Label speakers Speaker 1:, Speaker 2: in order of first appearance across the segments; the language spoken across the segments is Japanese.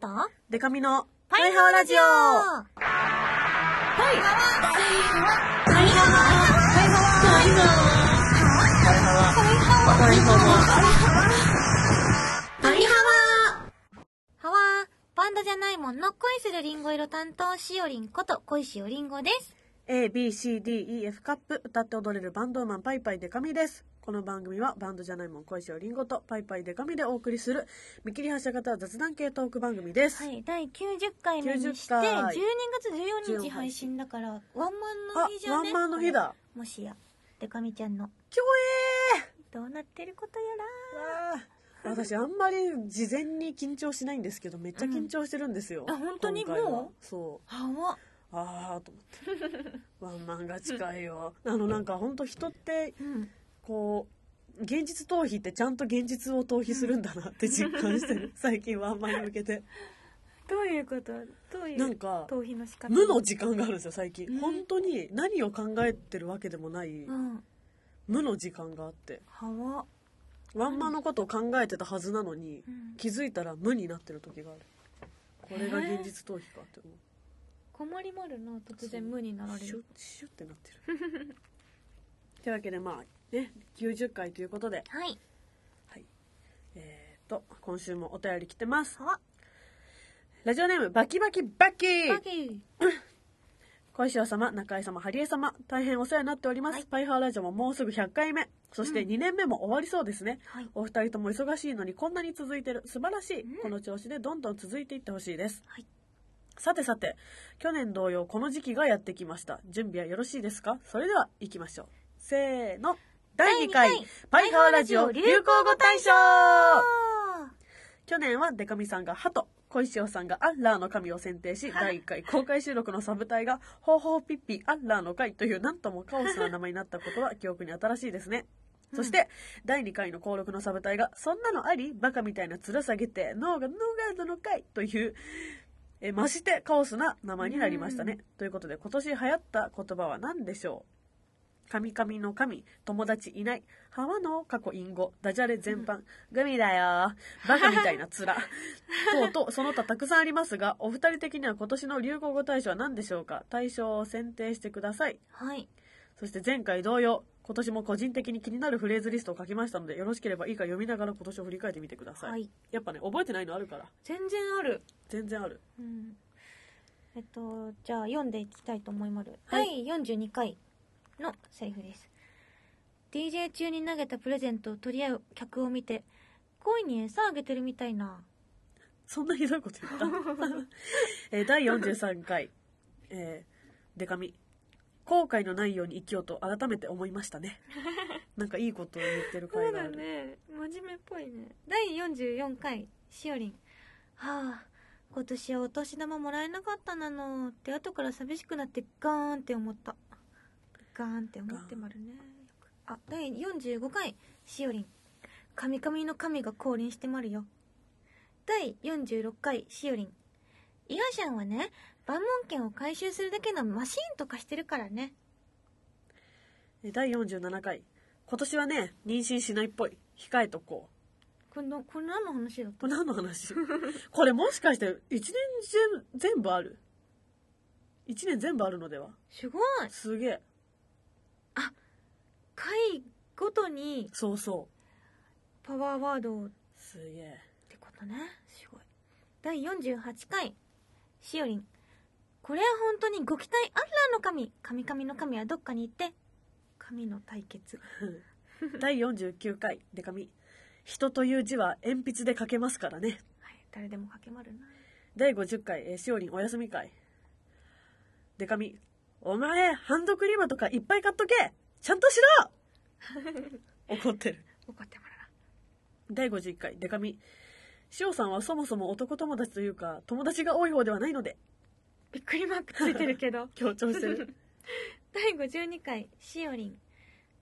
Speaker 1: と
Speaker 2: デカミの
Speaker 1: パイハワラジオパイパイハワハワバンドじゃないもんの恋するリンゴ色担当しおりんこと恋しおりんごです
Speaker 2: A, B, C, D, E, F カップ歌って踊れるバンドマンパイパイデカミです。この番組はバンドじゃないもん恋しおりんごとパイパイデカミでお送りする見切り発車型雑談系トーク番組です。
Speaker 1: はい、第90回目にして
Speaker 2: 90
Speaker 1: 12
Speaker 2: 回
Speaker 1: 月14日配信だからワンマンの日じ
Speaker 2: あ、
Speaker 1: ゃ
Speaker 2: ワ
Speaker 1: ね
Speaker 2: ンマンの日だ。
Speaker 1: もしやでかみちゃんの
Speaker 2: きょ
Speaker 1: どうなってることや
Speaker 2: えーわあ私あんまり事前に緊張しないんですけどめっちゃ緊張してるんですよ。
Speaker 1: うんあ本当に
Speaker 2: 今回は
Speaker 1: も
Speaker 2: そう。
Speaker 1: らはわ
Speaker 2: ああと思ってワンマンが近いよあのなんか本当人って
Speaker 1: うん
Speaker 2: こう現実逃避ってちゃんと現実を逃避するんだなって実感して る最近ワンマンに向けて
Speaker 1: どういうことどうい
Speaker 2: なん
Speaker 1: う
Speaker 2: か
Speaker 1: 逃避の仕方
Speaker 2: 無の時間があるんですよ最近
Speaker 1: うん
Speaker 2: 本当に何を考えてるわけでもない
Speaker 1: うん
Speaker 2: 無の時間があって
Speaker 1: はわ
Speaker 2: ワンマンのことを考えてたはずなのに
Speaker 1: うん
Speaker 2: 気づいたら無になってる時があるこれが現実逃避かって思う
Speaker 1: 困りまるな突然無になられ
Speaker 2: シュッ
Speaker 1: る
Speaker 2: シュッってなってる というわけでまあね90回ということで
Speaker 1: はい
Speaker 2: えー、と今週もお便り来てます
Speaker 1: はわ
Speaker 2: ラジオネームバキバキバキ
Speaker 1: バギ
Speaker 2: 小石様中井様ハリエ様大変お世話になっております、パイハーラジオももうすぐ100回目そして
Speaker 1: うん
Speaker 2: 2年目も終わりそうですね、
Speaker 1: はい
Speaker 2: お二人とも忙しいのにこんなに続いてる素晴らしい、
Speaker 1: うん
Speaker 2: この調子でどんどん続いていってほしいです、
Speaker 1: はい
Speaker 2: さてさて去年同様この時期がやってきました準備はよろしいですかそれでは行きましょうせーの第2回
Speaker 1: 第二回
Speaker 2: パイハーラジオ流行語大賞
Speaker 1: あ
Speaker 2: 去年はデカミさんがハト小石尾さんがアッラーの神を選定し第1回公開収録のサブ隊が「ほうほうピッピアッラーの会」というなんともカオスな名前になったことは記憶に新しいですね
Speaker 1: うん
Speaker 2: そして第2回の公録のサブ隊が「そんなのありバカみたいな面下げて脳がノーガードの会」というえましてカオスな名前になりましたねということで今年流行った言葉は何でしょう神々の神友達いない浜の過去隠語ダジャレ全般、グミだよバカみたい な面とうとうその他たくさんありますがお二人的には今年の流行語大賞は何でしょうか大賞を選定してください
Speaker 1: ーはい
Speaker 2: そして前回同様今年も個人的に気になるフレーズリストを書きましたのでよろしければいいか読みながら今年を振り返ってみてください、
Speaker 1: はい
Speaker 2: やっぱね覚えてないのあるから
Speaker 1: 全然ある
Speaker 2: 全然ある
Speaker 1: うんえっとじゃあ読んでいきたいと思います、
Speaker 2: は
Speaker 1: 第
Speaker 2: い
Speaker 1: 42回のセリフです DJ 中に投げたプレゼントを取り合う客を見て恋に餌あげてるみたいな
Speaker 2: そんなひどいこと言った えー第43回えー、デカミ後悔のないように生きようと改めて思いましたねなんかいいことを言ってる回がある、
Speaker 1: ね真面目っぽいね第44回しおりんはあ今年はお年玉もらえなかったなのって後から寂しくなってガーンって思ったガーンって思ってまるねあ第45回しおりん神々の神が降臨してまるよ第46回しおりんイガちゃんはね万門券を回収するだけのマシーンとかしてるからね
Speaker 2: えー第47回今年はね妊娠しないっぽい控えとこう
Speaker 1: これのこれ何の話だった
Speaker 2: これ何の話これもしかして1年中全部ある1年全部あるのでは
Speaker 1: すごい
Speaker 2: すげえ
Speaker 1: 回ごとに
Speaker 2: そうそう
Speaker 1: パワーワードをっ
Speaker 2: すげえ
Speaker 1: てことねすごい第48回しおりんこれは本当にご期待アッラーの神神々の神はどっかに行って神の対決
Speaker 2: 第49回デカミ人という字は鉛筆で書けますからね
Speaker 1: はい誰でもかけまるな
Speaker 2: 第50回、えー、しおりんお休み会デカミお前ハンドクリームとかいっぱい買っとけちゃんとしろ怒ってる
Speaker 1: 怒ってもら
Speaker 2: 第51回デカミしおさんはそもそも男友達というか友達が多い方ではないので
Speaker 1: うびっくりマークついてるけど
Speaker 2: 強調してる
Speaker 1: 第52回しおりん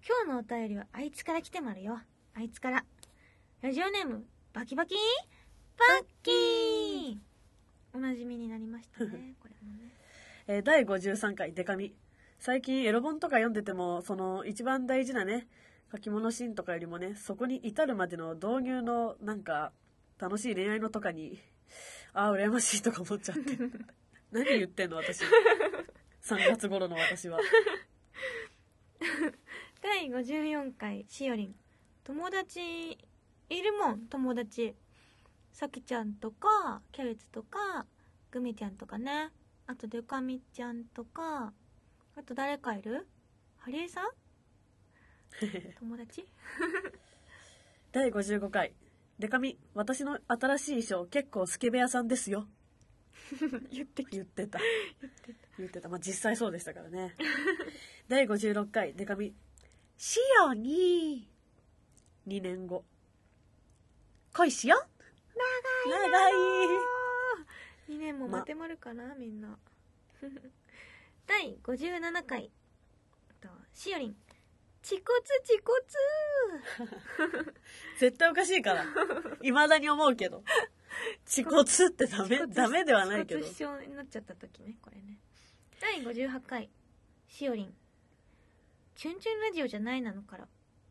Speaker 1: 今日のお便りはあいつから来てまるよあいつからラジオネームバキバキバッキーおなじみになりました ねこれもね
Speaker 2: えー第53回デカミ最近エロ本とか読んでてもその一番大事なね書き物シーンとかよりもねそこに至るまでの導入のなんか楽しい恋愛のとかにああ羨ましいとか思っちゃって何言ってんの私3月頃の私は
Speaker 1: 第54回しおりん友達いるもん友達さきちゃんとかキャベツとかグミちゃんとかねあとでかみちゃんとかあと誰かいるハリエ さん友達
Speaker 2: 第55回「デカミ私の新しい衣装結構スケベ屋さんですよ」
Speaker 1: 言ってき
Speaker 2: 言ってた言ってたまあ実際そうでしたからね 第56回デカミ「しよに」2年後「恋しよ」長い
Speaker 1: 2年も待てまるかな、みんな 第57回えっとしおりん「ちこつちこつ
Speaker 2: 絶対おかしい からいまだに思うけど恥骨ってダメダメではないけど
Speaker 1: 恥骨症になっちゃった時ねこれね第58回しおりん「チュンチュンラジオじゃないなのから」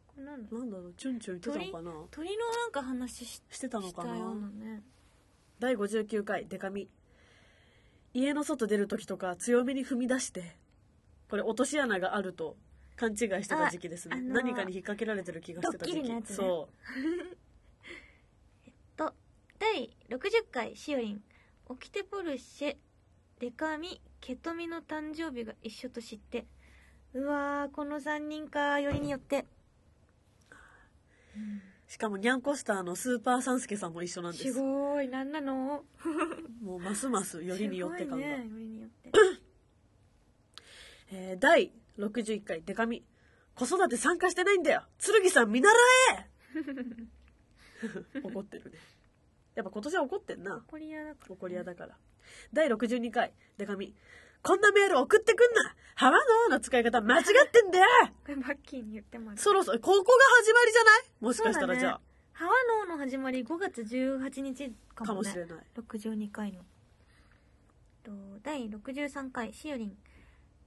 Speaker 1: これなんだ
Speaker 2: なんだろうチュンチュン言ってたのかな
Speaker 1: 鳥のなんか話し
Speaker 2: してたの
Speaker 1: し
Speaker 2: か
Speaker 1: たよ
Speaker 2: な
Speaker 1: うなね
Speaker 2: 第59回デカミ家の外出る時とか強めに踏み出してこれ落とし穴があると勘違いしてた時期ですね、
Speaker 1: ああのー
Speaker 2: 何かに引っ掛けられてる気がしてた時
Speaker 1: ドッキ
Speaker 2: 期
Speaker 1: リのやつね
Speaker 2: そ
Speaker 1: と第60回しおりん「オキテポルシェデカミケトミの誕生日が一緒と知って」うわーこの3人かよりによって
Speaker 2: うしかもニャンコスターのスーパーサンスケさんも一緒なんです
Speaker 1: すごいなんなの
Speaker 2: もうますますよりによって
Speaker 1: か
Speaker 2: 感が、
Speaker 1: ねよりによ って
Speaker 2: えー第61回デカミ子育て参加してないんだよ剣さん見習 え 怒ってるねやっぱ今年は怒ってんな
Speaker 1: 怒り屋だから
Speaker 2: 怒り屋だから第62回デカミこんなメール送ってくんな浜野の使い方間違ってんだよ
Speaker 1: これバッキーに言ってます
Speaker 2: そろそろここが始まりじゃないもしかしたらじゃあ、
Speaker 1: ハワノーの始まり5月18日か
Speaker 2: か
Speaker 1: も
Speaker 2: も
Speaker 1: ね
Speaker 2: しれない
Speaker 1: 62回のと第63回しおりん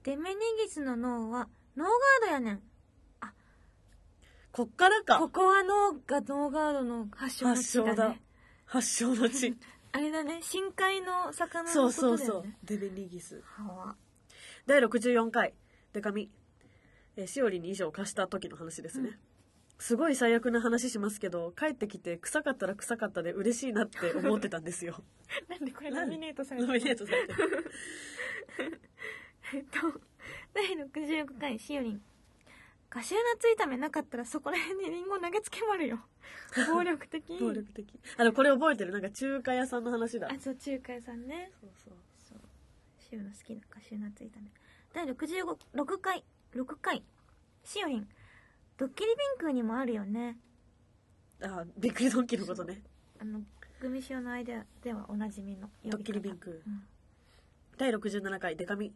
Speaker 1: デメニギスの脳はノーガードやねん
Speaker 2: こっから
Speaker 1: こ
Speaker 2: か
Speaker 1: こは脳がノーガードの発祥の
Speaker 2: 発
Speaker 1: 地だ
Speaker 2: 祥
Speaker 1: ね
Speaker 2: だ発祥の地
Speaker 1: あれだね深海の魚の
Speaker 2: そ
Speaker 1: こと
Speaker 2: う
Speaker 1: だ
Speaker 2: そ
Speaker 1: よ
Speaker 2: う
Speaker 1: ね
Speaker 2: そうデベニギス
Speaker 1: は
Speaker 2: 第64回デカミえーしおりに衣装を貸した時の話ですね、
Speaker 1: うん
Speaker 2: すごい最悪な話しますけど帰ってきて臭かったら臭かったで嬉しいなって思ってたんですよ
Speaker 1: なんでこれ
Speaker 2: な
Speaker 1: ラ
Speaker 2: んで
Speaker 1: ミネート され
Speaker 2: ノ
Speaker 1: た
Speaker 2: ミネートされて
Speaker 1: えっと、第65回しおりん。カシューナッツ炒めなかったらそこら辺にリンゴ投げつけまる よ。暴力的。
Speaker 2: 暴力的あのこれ覚えてるなんか中華屋さんの話だ
Speaker 1: あ、そう、中華屋さんね。
Speaker 2: そうそう
Speaker 1: そう。しおの好きなカシューナッツ炒め。第65、6回、6回。しおりん。ドッキリビンクーにもあるよね。
Speaker 2: あびっくりドンキーのことね
Speaker 1: あの、グミシオの間ではおなじみの呼び方
Speaker 2: ドッキリビンクー
Speaker 1: うん
Speaker 2: 第67回デカミ、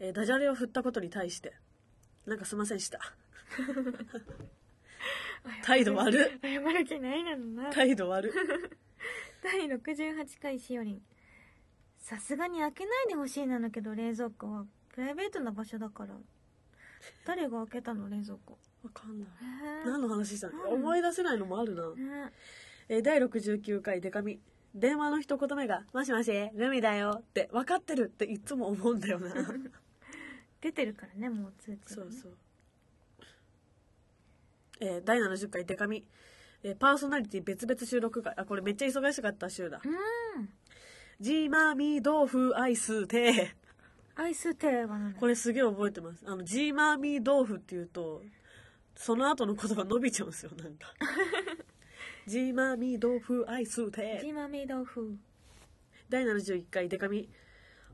Speaker 2: えーダジャレを振ったことに対してなんかすいません でした態度悪
Speaker 1: 謝る気ないなのな。
Speaker 2: 態度悪
Speaker 1: 第68回しおりんさすがに開けないでほしいなのけど冷蔵庫はプライベートな場所だから誰が開けたの冷蔵庫
Speaker 2: わかんない
Speaker 1: へえ
Speaker 2: 何の話したの
Speaker 1: うん
Speaker 2: 思い出せないのもあるな、
Speaker 1: ね
Speaker 2: えー第69回デカミ電話の一言目が「もしもしルミだよ」って分かってるっていつも思うんだよな
Speaker 1: 出てるからねもう通知
Speaker 2: そ
Speaker 1: がね
Speaker 2: うそう、えー第70回デカミ、えーパーソナリティ別々収録会あこれめっちゃ忙しかった週だ
Speaker 1: うん
Speaker 2: 「ジーマーミー豆腐アイステ
Speaker 1: アイステーは何
Speaker 2: ー」これすげえ覚えてますあのジーマーミー豆腐っていうとその後の言葉伸びちゃうんですよなんか「ジーマーミー豆腐アイステー」
Speaker 1: ジマミ豆腐
Speaker 2: 第71回デカミ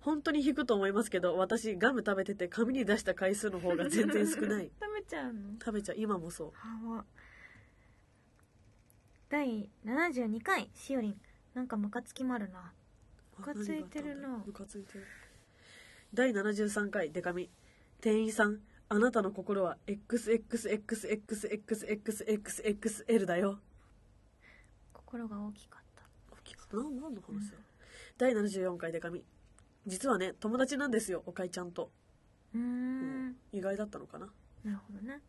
Speaker 2: 本当に引くと思いますけど私ガム食べてて紙に出した回数の方が全然少ない
Speaker 1: 食べちゃうの
Speaker 2: 食べちゃう今もそう
Speaker 1: はわ第72回しおりんなんかムカつきまるな
Speaker 2: ム
Speaker 1: カついてるな
Speaker 2: ムカついてる第73回デカミ店員さんあなたの心は XXXXXXXXL だよ
Speaker 1: 心が大きかった
Speaker 2: 大きかったな何の話だ、第74回デカミ実はね友達なんですよおかいちゃんと、
Speaker 1: うー
Speaker 2: うん意外だったのかな
Speaker 1: なるほどね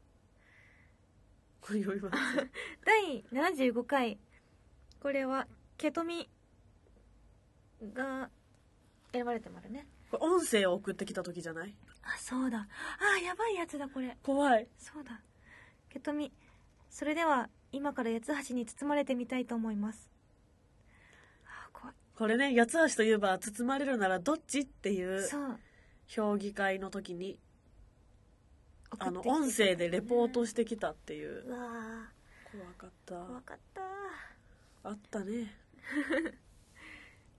Speaker 2: これ読みます
Speaker 1: 第75回これはケトミが選ばれてもあるね
Speaker 2: これ音声を送ってきた時じゃない
Speaker 1: あそうだあやばいやつだこれ
Speaker 2: 怖い
Speaker 1: そうだけとみそれでは今から八つ橋に包まれてみたいと思いますあ怖い
Speaker 2: これね八つ橋といえば包まれるならどっちっていう
Speaker 1: そう
Speaker 2: 評議会の時に
Speaker 1: 送
Speaker 2: あ
Speaker 1: っ
Speaker 2: の
Speaker 1: てきてくれた
Speaker 2: 音声でレポートしてきたっていう
Speaker 1: うわ
Speaker 2: 怖かっ
Speaker 1: ー怖
Speaker 2: た
Speaker 1: かった
Speaker 2: あったね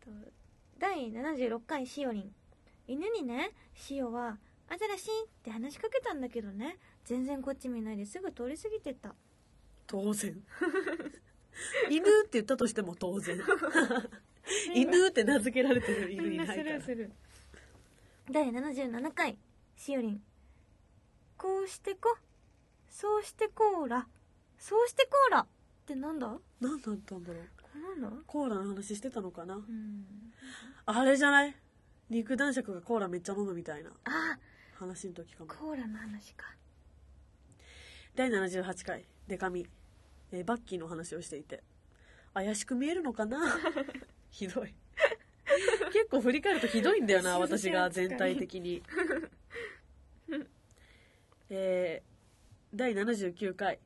Speaker 1: と第76回しおりん犬にねしおは「アザラシ!」って話しかけたんだけどね全然こっち見ないですぐ通り過ぎてった
Speaker 2: 当然 犬って言ったとしても当 然 犬って名付けられてる犬いないから
Speaker 1: る第77回しおりんこうしてこそうしてコーラそうしてコーラってなんだこ
Speaker 2: 何だったんだろう
Speaker 1: れなんだ
Speaker 2: コーラの話してたのかな
Speaker 1: うん
Speaker 2: あれじゃない肉男爵がコーラめっちゃ飲むみたいな
Speaker 1: あ
Speaker 2: 話の時かも
Speaker 1: コーラの話か
Speaker 2: 第78回デカミ、えーバッキーの話をしていて怪しく見えるのか なひどい結構振り返るとひどいんだよ な私が全体的 にえー、第79回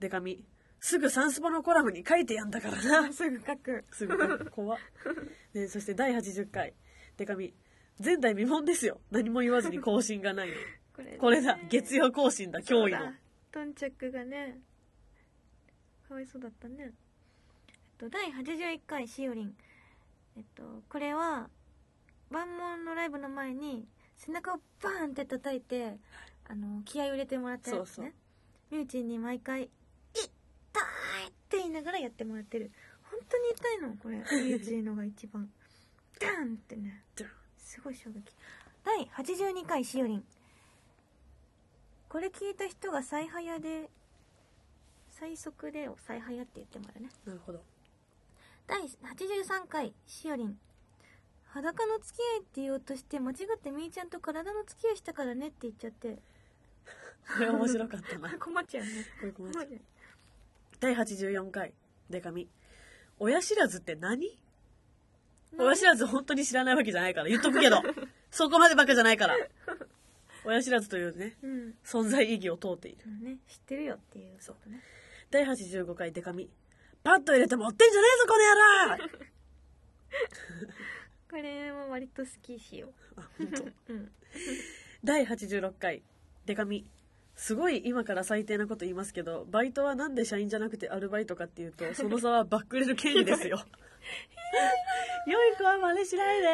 Speaker 2: デカミすぐサンスポのコラムに書いてやんだからな
Speaker 1: すぐ書く
Speaker 2: すごい怖っ、ね、そして第80回デカミ前代未聞ですよ何も言わずに更新がないの
Speaker 1: これ
Speaker 2: これだ月
Speaker 1: 曜
Speaker 2: 曜更新だ驚異の
Speaker 1: トンチャックがねかわいそうだったねえっと第81回しおりんえっとこれは万門のライブの前に背中をバーンって叩いてあの気合を入れてもらったやつね
Speaker 2: そうそう
Speaker 1: ミューチンに毎回「痛い!」って言いながらやってもらってる本当に痛いのこれミューチンのが一番ダーンってね
Speaker 2: ダーン
Speaker 1: すごい衝撃第82回しおりんこれ聞いた人が最早で最速でを最早って言ってもらうね
Speaker 2: なるほど
Speaker 1: 第83回しおりん裸の付き合いって言おうとして間違ってみーちゃんと体の付き合いしたからねって言っちゃって
Speaker 2: これ面白かったなこ
Speaker 1: 困っちゃうね
Speaker 2: れ困っちゃ
Speaker 1: 困
Speaker 2: う
Speaker 1: っちゃう
Speaker 2: 第84回デカミ親知らずって何
Speaker 1: 何
Speaker 2: 親知らず本当に知らないわけじゃないから言っとくけどそこまでバカじゃないから親知らずというね
Speaker 1: うん
Speaker 2: 存在意義を問うている
Speaker 1: そうね知ってるよっていうことね
Speaker 2: 第85回デカミパッと入れて持ってんじゃねえぞこの野郎
Speaker 1: これは割と好きしよ
Speaker 2: あ本当
Speaker 1: ううん
Speaker 2: 第86回デカミすごい今から最低なこと言いますけどバイトはなんで社員じゃなくてアルバイトかっていう とその差はバックれる権利ですよ 良い子は真似しないで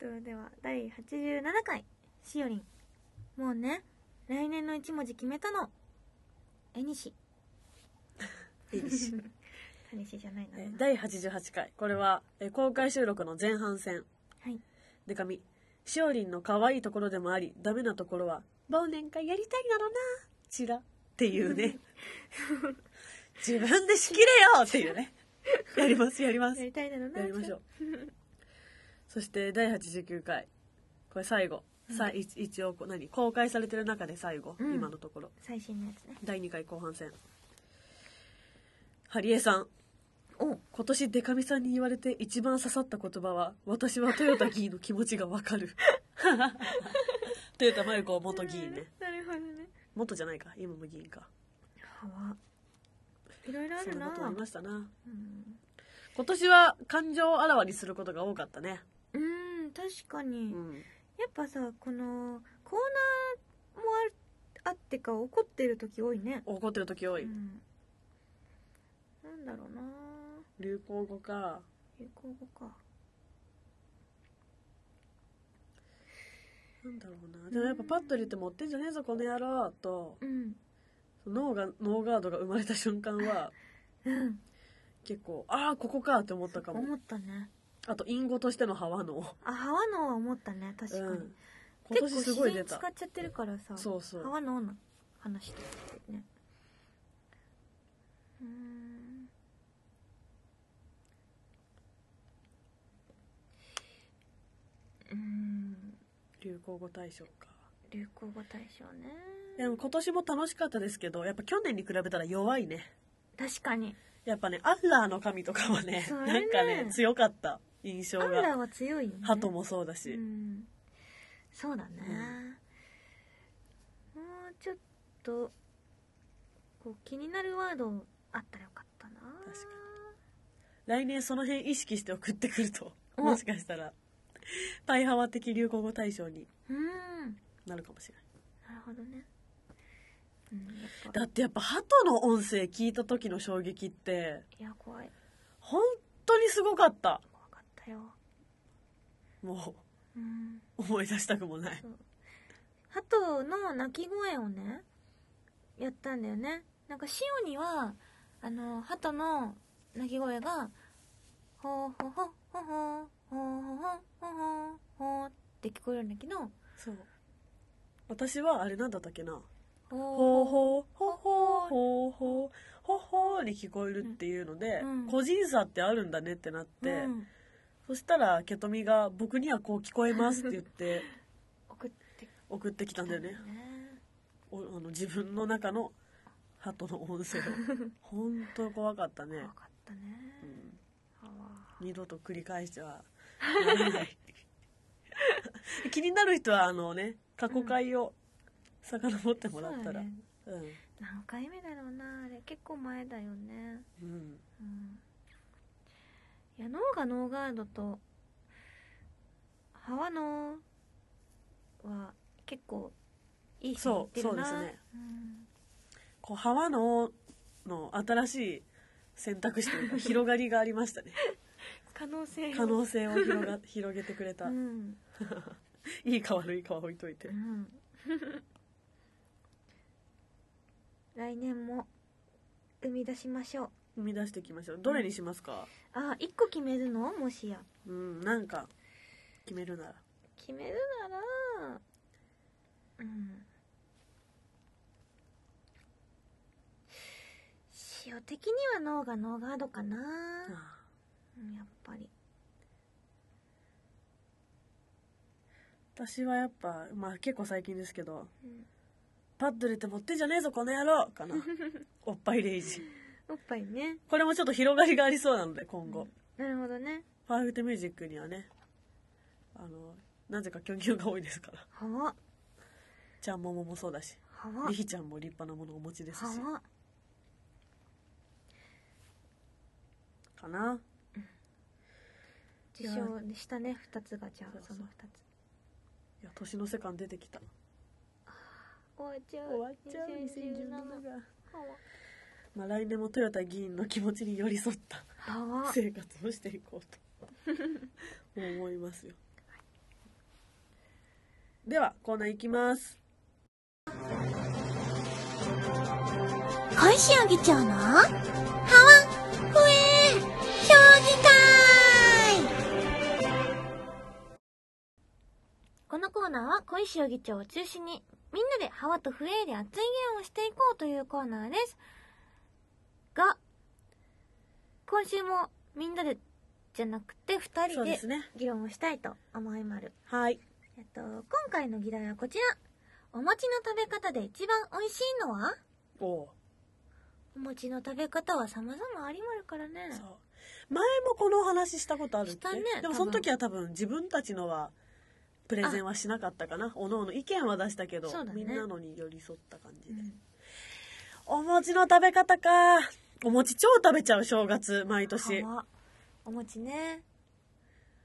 Speaker 1: えっとでは第87回しおりんもうね来年の一文字決めたのえにし
Speaker 2: いいし
Speaker 1: えにしじゃないな
Speaker 2: えー第88回これはえー公開収録の前半戦
Speaker 1: はい
Speaker 2: でかみしおりんの可愛いところでもありダメなところは忘年会やりたいなのなちらっていう ね自分で仕切れよっていうねやりますやります
Speaker 1: やりたいだろうな
Speaker 2: やりましょうそして第89回これ最後、さい一応こう何公開されてる中で最後、
Speaker 1: うん
Speaker 2: 今のところ
Speaker 1: 最新のやつね
Speaker 2: 第2回後半戦ハリエさん
Speaker 1: お
Speaker 2: 今年デカミさんに言われて一番刺さった言葉は「私はトヨタギーの気持ちがわか る」トヨタ真由子元議員ね
Speaker 1: なるほどね
Speaker 2: 元じゃないか今も議員か
Speaker 1: はわいろいろあ
Speaker 2: そ
Speaker 1: る
Speaker 2: んな
Speaker 1: な
Speaker 2: ことありましたな
Speaker 1: うん
Speaker 2: 今年は感情をあらわにすることが多かったね
Speaker 1: うん確かに、
Speaker 2: うん
Speaker 1: やっぱさこのコーナーもああってか怒ってる時多いね
Speaker 2: 怒ってる時多い、
Speaker 1: うん、なんだろうな
Speaker 2: 流行語か
Speaker 1: 流行語か
Speaker 2: なんだろうなでもやっぱパッと入れて持ってんじゃねえぞこの野郎と
Speaker 1: うん
Speaker 2: 脳がノーガードが生まれた瞬間 は
Speaker 1: うん
Speaker 2: 結構ああここかって思ったかも
Speaker 1: 思ったね
Speaker 2: あと隠語としてのハワの
Speaker 1: あハワノは思ったね確かに、
Speaker 2: うん今
Speaker 1: 結構
Speaker 2: 年すごい出
Speaker 1: 自然に
Speaker 2: た
Speaker 1: 使っちゃってるからさ
Speaker 2: そうそう
Speaker 1: ハワノの話とかってねうーんうーん
Speaker 2: 流行語大賞か
Speaker 1: 流行語大賞ね
Speaker 2: でも今年も楽しかったですけどやっぱ去年に比べたら弱いね
Speaker 1: 確かに
Speaker 2: やっぱね、アッラーの神とかはね、
Speaker 1: それね
Speaker 2: なんかね、強かった印象
Speaker 1: アンラー
Speaker 2: が。
Speaker 1: は強いよね
Speaker 2: 鳩もそうだし。
Speaker 1: うん、そうだね、もうちょっとこう気になるワードあったらよかったな
Speaker 2: 確か来年その辺意識して送ってくると、
Speaker 1: お
Speaker 2: もしかしたら、パイハワ的流行語大賞に
Speaker 1: うん
Speaker 2: なるかもしれない。
Speaker 1: なるほどねうんやっぱ
Speaker 2: だってやっぱ鳩の音声聞いた時の衝撃って、
Speaker 1: いや怖い
Speaker 2: 本当にすごかった。
Speaker 1: 怖かったよ
Speaker 2: も
Speaker 1: うん
Speaker 2: う、思い出したくもない。
Speaker 1: そう鳩の鳴き声をねやったんだよねなんかシオにはあの鳩の鳴き声が「ほーほほほほーほーほほほほーほー」って聞こえるんだけど
Speaker 2: そう。私はあれなんだったっけな。
Speaker 1: 「ほ
Speaker 2: ほ
Speaker 1: ー
Speaker 2: う
Speaker 1: ほ
Speaker 2: ほうほうほうほうほうほうほうに聞こえるっていうので、
Speaker 1: うん
Speaker 2: 個人差ってあるんだねってなって、
Speaker 1: うん
Speaker 2: そしたらケトミが「僕にはこう聞こえます」って言って
Speaker 1: 送ってき
Speaker 2: 送ってきた
Speaker 1: た
Speaker 2: んだよねおあの自分の中の鳩の音 声を本当怖かったね
Speaker 1: 怖、かったね、
Speaker 2: うん
Speaker 1: あわ
Speaker 2: 二度と繰り返してはならない気になる人はあのね過去回を遡って
Speaker 1: ー
Speaker 2: もらっ
Speaker 1: そ
Speaker 2: た
Speaker 1: うだ
Speaker 2: ら
Speaker 1: ね
Speaker 2: うん、
Speaker 1: 何回目だろうなあれ結構前だよね
Speaker 2: うん、
Speaker 1: うんいや脳がノーガードとハワノーは結構いい人
Speaker 2: そう
Speaker 1: 言ってるな
Speaker 2: そうですねこう幅のの新しい選択肢というか広がりがありましたね
Speaker 1: 可能性
Speaker 2: 可能性を 広が広げてくれた、
Speaker 1: うん、
Speaker 2: いいか悪いかは置いといて
Speaker 1: うん、来年も生み出しましょう
Speaker 2: 生み出していきましょうどれにしますか
Speaker 1: あ一個決めるのもしや
Speaker 2: うんなんか決めるなら
Speaker 1: 決めるならうん塩的には脳がノーガードかな、
Speaker 2: あ
Speaker 1: うんやっぱり
Speaker 2: 私はやっぱまあ結構最近ですけど
Speaker 1: うん
Speaker 2: パッと出て持ってんじゃねえぞこの野郎か なおっぱいレイジ
Speaker 1: おっぱいね
Speaker 2: これもちょっと広がりがありそうなので今後、
Speaker 1: なるほどね
Speaker 2: パーフェクトミュージックにはねあのなぜかキョンキョンが多いですから
Speaker 1: はわ
Speaker 2: ちゃんもももそうだし
Speaker 1: はわ
Speaker 2: リヒちゃんも立派なものをお持ちですし
Speaker 1: はわ
Speaker 2: かな
Speaker 1: 受賞でしたね2つがじゃあ
Speaker 2: そう
Speaker 1: そ
Speaker 2: そう
Speaker 1: の2つ
Speaker 2: いや年の世間出てきた
Speaker 1: 終わっちゃう
Speaker 2: 終わっちゃう2017
Speaker 1: 2017
Speaker 2: が、まあ、来年も豊田議員の気持ちに寄り添った
Speaker 1: はわはわ
Speaker 2: 生活をしていこう と思いますよではコーナーいきます
Speaker 3: 小石あげちゃうのはわ、ふえー、評議会
Speaker 1: このコーナーは小石議長を中心にみんなでハワとフエーで熱い議論をしていこうというコーナーですが今週もみんなでじゃなくて2
Speaker 2: そ
Speaker 1: 人
Speaker 2: うで
Speaker 1: です
Speaker 2: ね
Speaker 1: 議論をしたいと思いまる、
Speaker 2: はい
Speaker 1: えっと、今回の議題はこちらお餅の食べ方で一番美味しいのは
Speaker 2: おお
Speaker 1: お餅の食べ方は様々ありまるからね
Speaker 2: そう前もこのお話したことあるっ、
Speaker 1: してたね
Speaker 2: でも
Speaker 1: 多
Speaker 2: そ
Speaker 1: 分
Speaker 2: の時は多分自分たちのはプレゼンはしなかったかなおのおの意見は出したけど、
Speaker 1: そうだね
Speaker 2: みんなのに寄り添った感じ
Speaker 1: う
Speaker 2: で、
Speaker 1: ん
Speaker 2: お餅の食べ方かお餅超食べちゃう正月毎年
Speaker 1: ハワお餅ね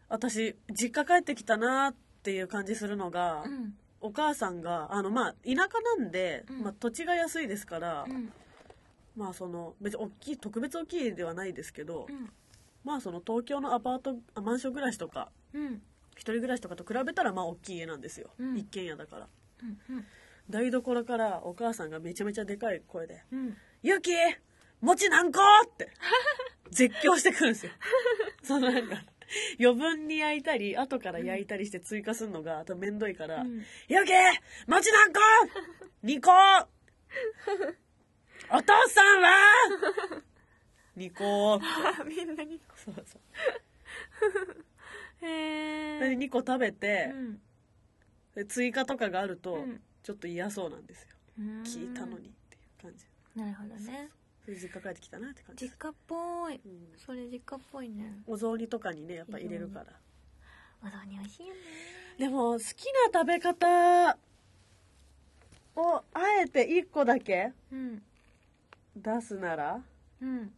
Speaker 2: 私実家帰ってきたなっていう感じするのが、
Speaker 1: うん
Speaker 2: お母さんがあのまあ田舎なんで、
Speaker 1: うん
Speaker 2: まあ、土地が安いですから、
Speaker 1: うん
Speaker 2: まあその別に大きい特別大きいではないですけど、
Speaker 1: うん
Speaker 2: まあその東京のアパートあマンション暮らしとか
Speaker 1: うん
Speaker 2: 一人暮らしとかと比べたらまあ大きい家なんですよ、
Speaker 1: うん
Speaker 2: 一軒家だから
Speaker 1: うんうん
Speaker 2: 台所からお母さんがめちゃめちゃでかい声で
Speaker 1: うん
Speaker 2: 「ゆき餅何個?」って 絶叫してくるんですよそのなんか余分に焼いたり後から焼いたりして追加するのが多分めんどいから「
Speaker 1: うん
Speaker 2: ゆき餅何個 ?2 個お父さんは ?2 個
Speaker 1: みんなに
Speaker 2: そうそう
Speaker 1: へ
Speaker 2: で
Speaker 1: え
Speaker 2: 2個食べて、
Speaker 1: うん
Speaker 2: で追加とかがあると、
Speaker 1: うん
Speaker 2: ちょっと嫌そうなんですよ
Speaker 1: うん
Speaker 2: 聞いたのにっていう感じ
Speaker 1: なるほどね
Speaker 2: 実家帰ってきたなって感じ
Speaker 1: 実家っぽい
Speaker 2: うん
Speaker 1: それ実家っぽいね
Speaker 2: お雑煮とかにねやっぱ入れるから
Speaker 1: お雑煮美味しいよね
Speaker 2: でも好きな食べ方をあえて1個だけ
Speaker 1: うん
Speaker 2: 出すなら
Speaker 1: うん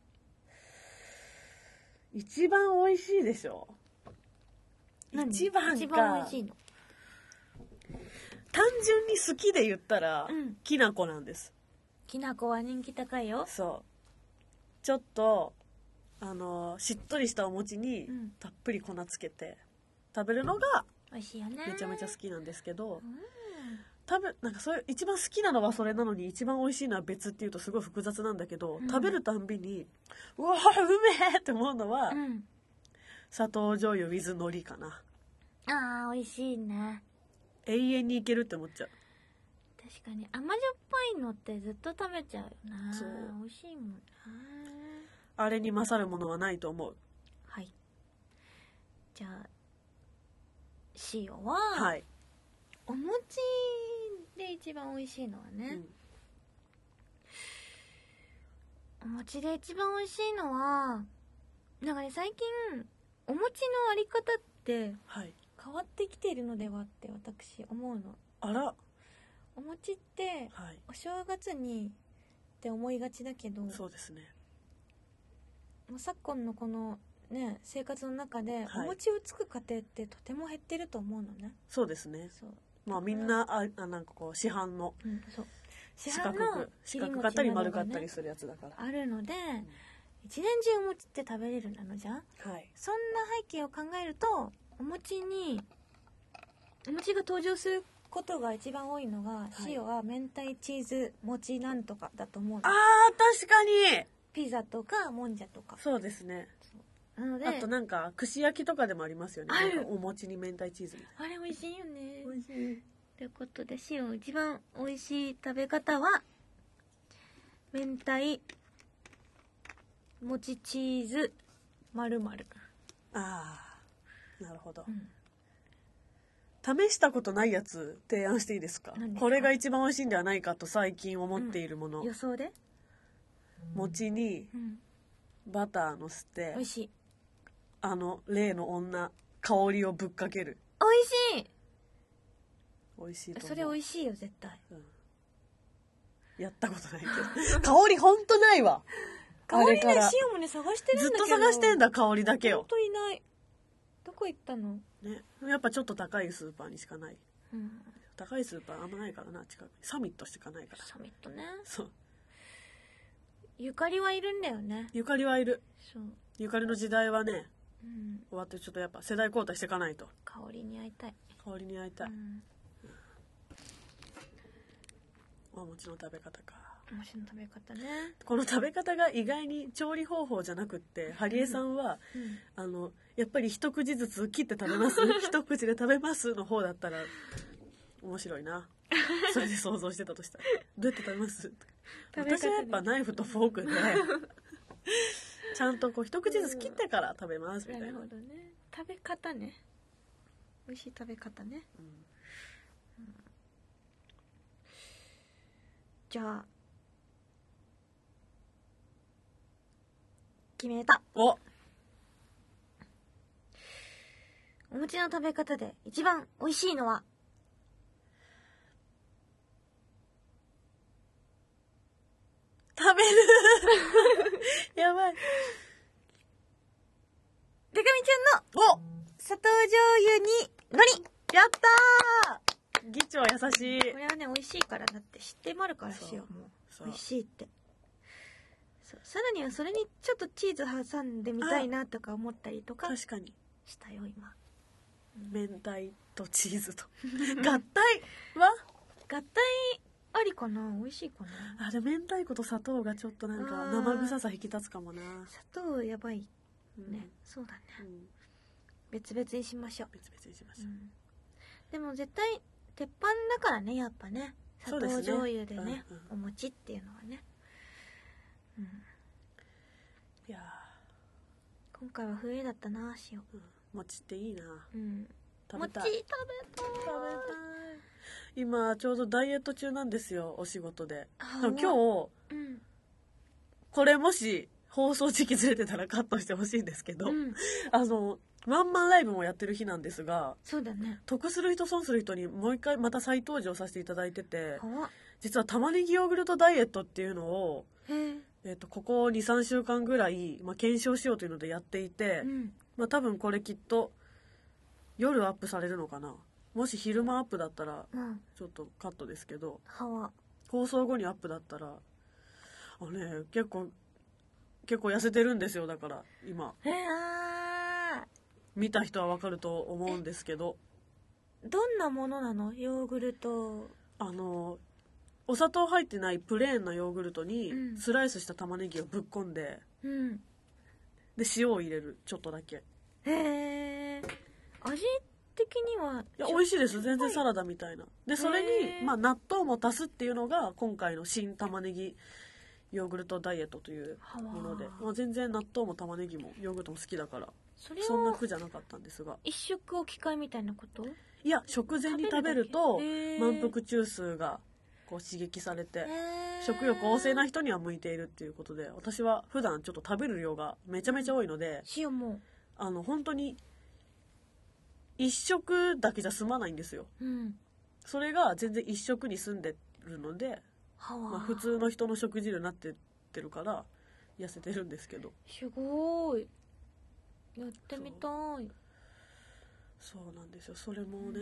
Speaker 2: 一番美味しいでしょ
Speaker 1: 何
Speaker 2: 一番か
Speaker 1: 一番美味しいの
Speaker 2: 単純に好きで言ったら、
Speaker 1: うん
Speaker 2: きな粉なんです
Speaker 1: きなこは人気高いよ
Speaker 2: そうちょっとあのしっとりしたお餅に
Speaker 1: うん
Speaker 2: たっぷり粉つけて食べるのが
Speaker 1: 美味しいよね
Speaker 2: めちゃめちゃ好きなんですけど
Speaker 1: うん
Speaker 2: 多分なんかそういう一番好きなのはそれなのに一番美味しいのは別っていうとすごい複雑なんだけど、
Speaker 1: うん
Speaker 2: 食べるたんびにうわーうめえって思うのは、
Speaker 1: うん
Speaker 2: 砂糖醤油 with 海苔かな
Speaker 1: あー美味しいね
Speaker 2: 永遠にいけるって思っちゃう
Speaker 1: 確かに甘じょっぱいのってずっと食べちゃうよな
Speaker 2: そう
Speaker 1: 美味しいもんな
Speaker 2: あれに勝るものはないと思う
Speaker 1: はいじゃあ塩は、
Speaker 2: はい、
Speaker 1: お餅で一番美味しいのは
Speaker 2: う
Speaker 1: ね
Speaker 2: ん、
Speaker 1: お餅で一番美味しいのはなんかね最近お餅のあり方って
Speaker 2: はい
Speaker 1: 変わってきているのではって私思うの
Speaker 2: あら
Speaker 1: お餅って
Speaker 2: はい
Speaker 1: お正月にって思いがちだけど
Speaker 2: そうですね
Speaker 1: もう昨今のこのね生活の中で
Speaker 2: は
Speaker 1: お
Speaker 2: い
Speaker 1: 餅をつく家庭ってとても減ってると思うのね、
Speaker 2: そうですね
Speaker 1: そう,、
Speaker 2: まあみんなああなんかこう市販の
Speaker 1: うん、そう市
Speaker 2: 四
Speaker 1: 販
Speaker 2: 角
Speaker 1: の
Speaker 2: く
Speaker 1: 切
Speaker 2: 四
Speaker 1: り餅
Speaker 2: 角かったり
Speaker 1: な
Speaker 2: 丸
Speaker 1: ど
Speaker 2: か
Speaker 1: が
Speaker 2: ったり
Speaker 1: ね
Speaker 2: するやつだから、
Speaker 1: あるので一年中お餅って食べれるなのじゃん
Speaker 2: はい
Speaker 1: そんな背景を考えるとお餅にお餅が登場することが一番多いのが、
Speaker 2: い
Speaker 1: 塩は明太チーズ餅なんとかだと思うの
Speaker 2: あー確かに
Speaker 1: ピザとかもんじゃとか
Speaker 2: そうですね
Speaker 1: なので
Speaker 2: あとなんか串焼きとかでもありますよね
Speaker 1: ある
Speaker 2: なんかお餅に明太チーズみ
Speaker 1: あれ美味しいよね
Speaker 2: たいなしい
Speaker 1: ということで塩一番美味しい食べ方は明太餅チーズまるまる
Speaker 2: ああなるほど、
Speaker 1: ん
Speaker 2: 試したことないやつ提案していいですか
Speaker 1: 何ですか
Speaker 2: これが一番美味しいんではないかと最近思っているもの、
Speaker 1: 予想で、
Speaker 2: 餅に
Speaker 1: うん、
Speaker 2: バターのせて
Speaker 1: 美味しい
Speaker 2: あの例の女香りをぶっかける
Speaker 1: 美味し
Speaker 2: 美味しい
Speaker 1: い
Speaker 2: と思う
Speaker 1: それ美味しいよ絶対
Speaker 2: やったことないけど 香りほんとないわ
Speaker 1: 香り
Speaker 2: あれ
Speaker 1: ね
Speaker 2: から
Speaker 1: 塩もね探してる
Speaker 2: ず
Speaker 1: ん
Speaker 2: っ
Speaker 1: だけ
Speaker 2: と
Speaker 1: ど
Speaker 2: 探してん
Speaker 1: だ
Speaker 2: だ香りだけ
Speaker 1: ほん
Speaker 2: を、
Speaker 1: といないどこ行ったの
Speaker 2: ね、やっぱちょっと高いスーパーにしかない
Speaker 1: うん
Speaker 2: 高いスーパーあんまないからな近くにサミットしかないから
Speaker 1: サミットね
Speaker 2: そう
Speaker 1: ゆかりはいるんだよね
Speaker 2: ゆかりはいる
Speaker 1: そう、
Speaker 2: ゆかりの時代はね
Speaker 1: うん、
Speaker 2: 終わってちょっとやっぱ世代交代していかないと
Speaker 1: 香りに会いたい
Speaker 2: 香りに会いたい、
Speaker 1: うん、
Speaker 2: お餅の食べ方か
Speaker 1: 面白い食べ方ね、
Speaker 2: この食べ方が意外に調理方法じゃなくってハリエさんは
Speaker 1: うん
Speaker 2: あのやっぱり一口ずつ切って食べ ます一口で食べますの方だったら面白いなそれで想像してた としたらどうやって食べます
Speaker 1: 食べ方ね
Speaker 2: 私はやっぱナイフとフォーク でちゃんとこう一口ずつ切ってから食べますみた
Speaker 1: ない
Speaker 2: な
Speaker 1: るほどね食べ方ね美味しい食べ方ね
Speaker 2: うん
Speaker 1: じゃあ決めた
Speaker 2: お
Speaker 1: お餅の食べ方で一番美味しいのは
Speaker 2: 食べる やばい
Speaker 1: でかみちゃんの
Speaker 2: お
Speaker 1: 砂糖醤油に海苔
Speaker 2: やったー議長優しい
Speaker 1: これはね美味しいからだって知ってもあるからしようもう
Speaker 2: そう
Speaker 1: 美味しいってそうさらにはそれにちょっとチーズ挟んでみたいなとか思ったりとか
Speaker 2: 確かに
Speaker 1: したよ今
Speaker 2: 明太とチーズと合体は
Speaker 1: 合体ありかな美味しいかな
Speaker 2: あでも明太子と砂糖がちょっとなんか
Speaker 1: あー
Speaker 2: 生臭さ引き立つかもな、
Speaker 1: 砂糖やばいね、
Speaker 2: うん
Speaker 1: そうだね
Speaker 2: うん
Speaker 1: 別々にしましょう
Speaker 2: 別々にしま
Speaker 1: う
Speaker 2: した、
Speaker 1: んでも絶対鉄板だからねやっぱね
Speaker 2: そ
Speaker 1: 砂糖
Speaker 2: うですね
Speaker 1: 醤油でね
Speaker 2: うんうん
Speaker 1: お餅っていうのはね、うん、
Speaker 2: いや
Speaker 1: 今回は冬だったな塩、
Speaker 2: ー、うん、餅っていいな
Speaker 1: うん、
Speaker 2: 食べ
Speaker 1: 餅
Speaker 2: たい
Speaker 1: 食べたい
Speaker 2: 食べたい今ちょうどダイエット中なんですよお仕事で
Speaker 1: あ
Speaker 2: でも今日
Speaker 1: うん、
Speaker 2: ここれもし放送時期ずれてたらカットしてほしいんですけど、
Speaker 1: うん、
Speaker 2: あのワンマンライブもやってる日なんですが
Speaker 1: そうだね
Speaker 2: 得する人損する人にもう一回また再登場させていただいてて
Speaker 1: 怖っ
Speaker 2: 実は玉ねぎヨーグルトダイエットっていうのを、
Speaker 1: へえ
Speaker 2: えっとここ23週間ぐらい、まあ、検証しようというのでやっていて、
Speaker 1: うん
Speaker 2: まあ、多分これきっと夜アップされるのかなもし昼間アップだったら
Speaker 1: うん
Speaker 2: ちょっとカットですけど
Speaker 1: 歯は
Speaker 2: 放送後にアップだったらあのね結構結構痩せてるんですよだから今
Speaker 1: えあ
Speaker 2: 見た人はわかると思うんですけど
Speaker 1: ーどんなものなのヨーグルト
Speaker 2: あのお砂糖入ってないプレーンなヨーグルトに
Speaker 1: うん
Speaker 2: スライスした玉ねぎをぶっこんで
Speaker 1: うん
Speaker 2: で塩を入れるちょっとだけ
Speaker 1: へえ味的にはい
Speaker 2: や美味しいです全然サラダみたいなでそれ
Speaker 1: へー
Speaker 2: に、まあ、納豆も足すっていうのが今回の新玉ねぎヨーグルトダイエットという
Speaker 1: は
Speaker 2: もので、ま
Speaker 1: あ
Speaker 2: あ、全然納豆も玉ねぎもヨーグルトも好きだから
Speaker 1: それ
Speaker 2: そんな
Speaker 1: を
Speaker 2: 苦じゃなかったんですが
Speaker 1: 一食置き換えみたいなこと
Speaker 2: いや食前に食べると満腹
Speaker 1: 中
Speaker 2: 中枢がこう刺激されて食欲旺盛な人には向いているっていうことで私は普段ちょっと食べる量がめちゃめちゃ多いので
Speaker 1: 塩も
Speaker 2: あの本当に一食だけじゃ済まないんですよ
Speaker 1: うん
Speaker 2: それが全然一食に済んでるので、
Speaker 1: 歯は、
Speaker 2: まあ、普通の人の食事量になってってるから痩せてるんですけど
Speaker 1: すごーいやってみたい
Speaker 2: そうなんですよそれもね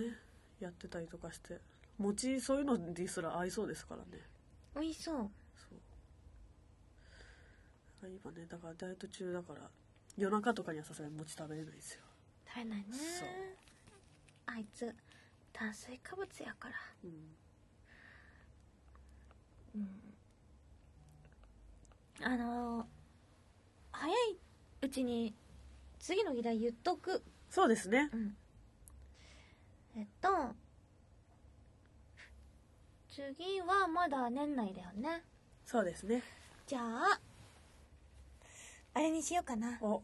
Speaker 2: やってたりとかして餅そういうのにすら合いそうですからね
Speaker 1: 美味しそう
Speaker 2: そうだから今ねだからダイエット中だから夜中とかにはさすがに餅食べれないですよ
Speaker 1: 食べないね
Speaker 2: そう
Speaker 1: あいつ炭水化物やから
Speaker 2: うん
Speaker 1: あのー早いうちに次の議題言っとく
Speaker 2: そうですね
Speaker 1: うんえっと次はまだ年内だよね
Speaker 2: そうですね
Speaker 1: じゃああれにしようかな
Speaker 2: お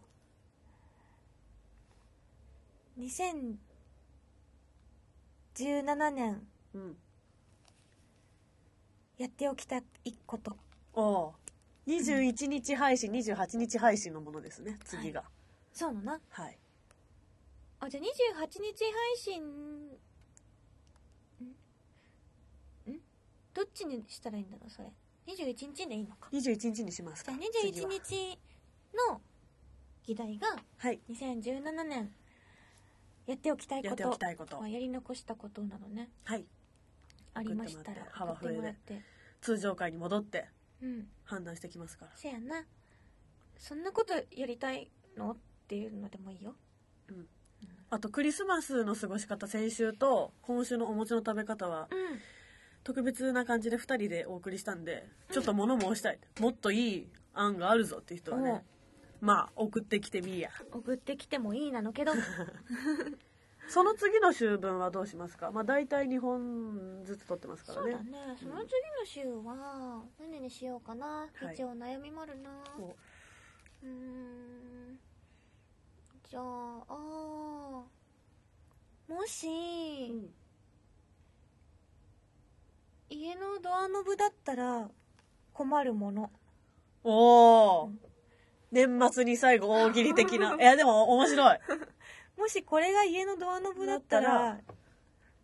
Speaker 1: 2017年
Speaker 2: うん
Speaker 1: やっておきたいこと
Speaker 2: お21日配信28日配信のものですね次が
Speaker 1: そうなのな
Speaker 2: はい
Speaker 1: あじゃあ28日配信んんどっちにしたらいいんだろうそれ21日でいいのか
Speaker 2: 21日にします
Speaker 1: じ
Speaker 2: か
Speaker 1: ゃあ
Speaker 2: 次
Speaker 1: 21
Speaker 2: は
Speaker 1: 日の議題が
Speaker 2: はい
Speaker 1: 2017年やっておきたい
Speaker 2: や
Speaker 1: こ
Speaker 2: ってお
Speaker 1: と
Speaker 2: きたいこと
Speaker 1: まあやり残したことなどね
Speaker 2: はい
Speaker 1: ありましたら
Speaker 2: 送って
Speaker 1: 送っても
Speaker 2: もらっ
Speaker 1: らって
Speaker 2: 通常回に戻って
Speaker 1: うん
Speaker 2: 判断してきますから
Speaker 1: せやなそんなことやりたいのっていうのでもいいよ
Speaker 2: あとクリスマスの過ごし方先週と今週のお餅の食べ方は
Speaker 1: うん
Speaker 2: 特別な感じで2人でお送りしたんでちょっと物申したいもっといい案があるぞっていう人はねまあ送ってきてみいや
Speaker 1: 送ってきてもいいなの けど
Speaker 2: その次の週分はどうしますかまあ大体2本ずつ撮ってますから
Speaker 1: そう
Speaker 2: ね
Speaker 1: だねその次の週は何にしようかな、
Speaker 2: はい
Speaker 1: 一応悩みもあるな
Speaker 2: お
Speaker 1: うーんじゃああーもし、
Speaker 2: うん
Speaker 1: 家のドアノブだったら困るもの
Speaker 2: おお年末に最後大喜利的 ないやでも面白い
Speaker 1: もしこれが家のドアノブだった
Speaker 2: だ
Speaker 1: ら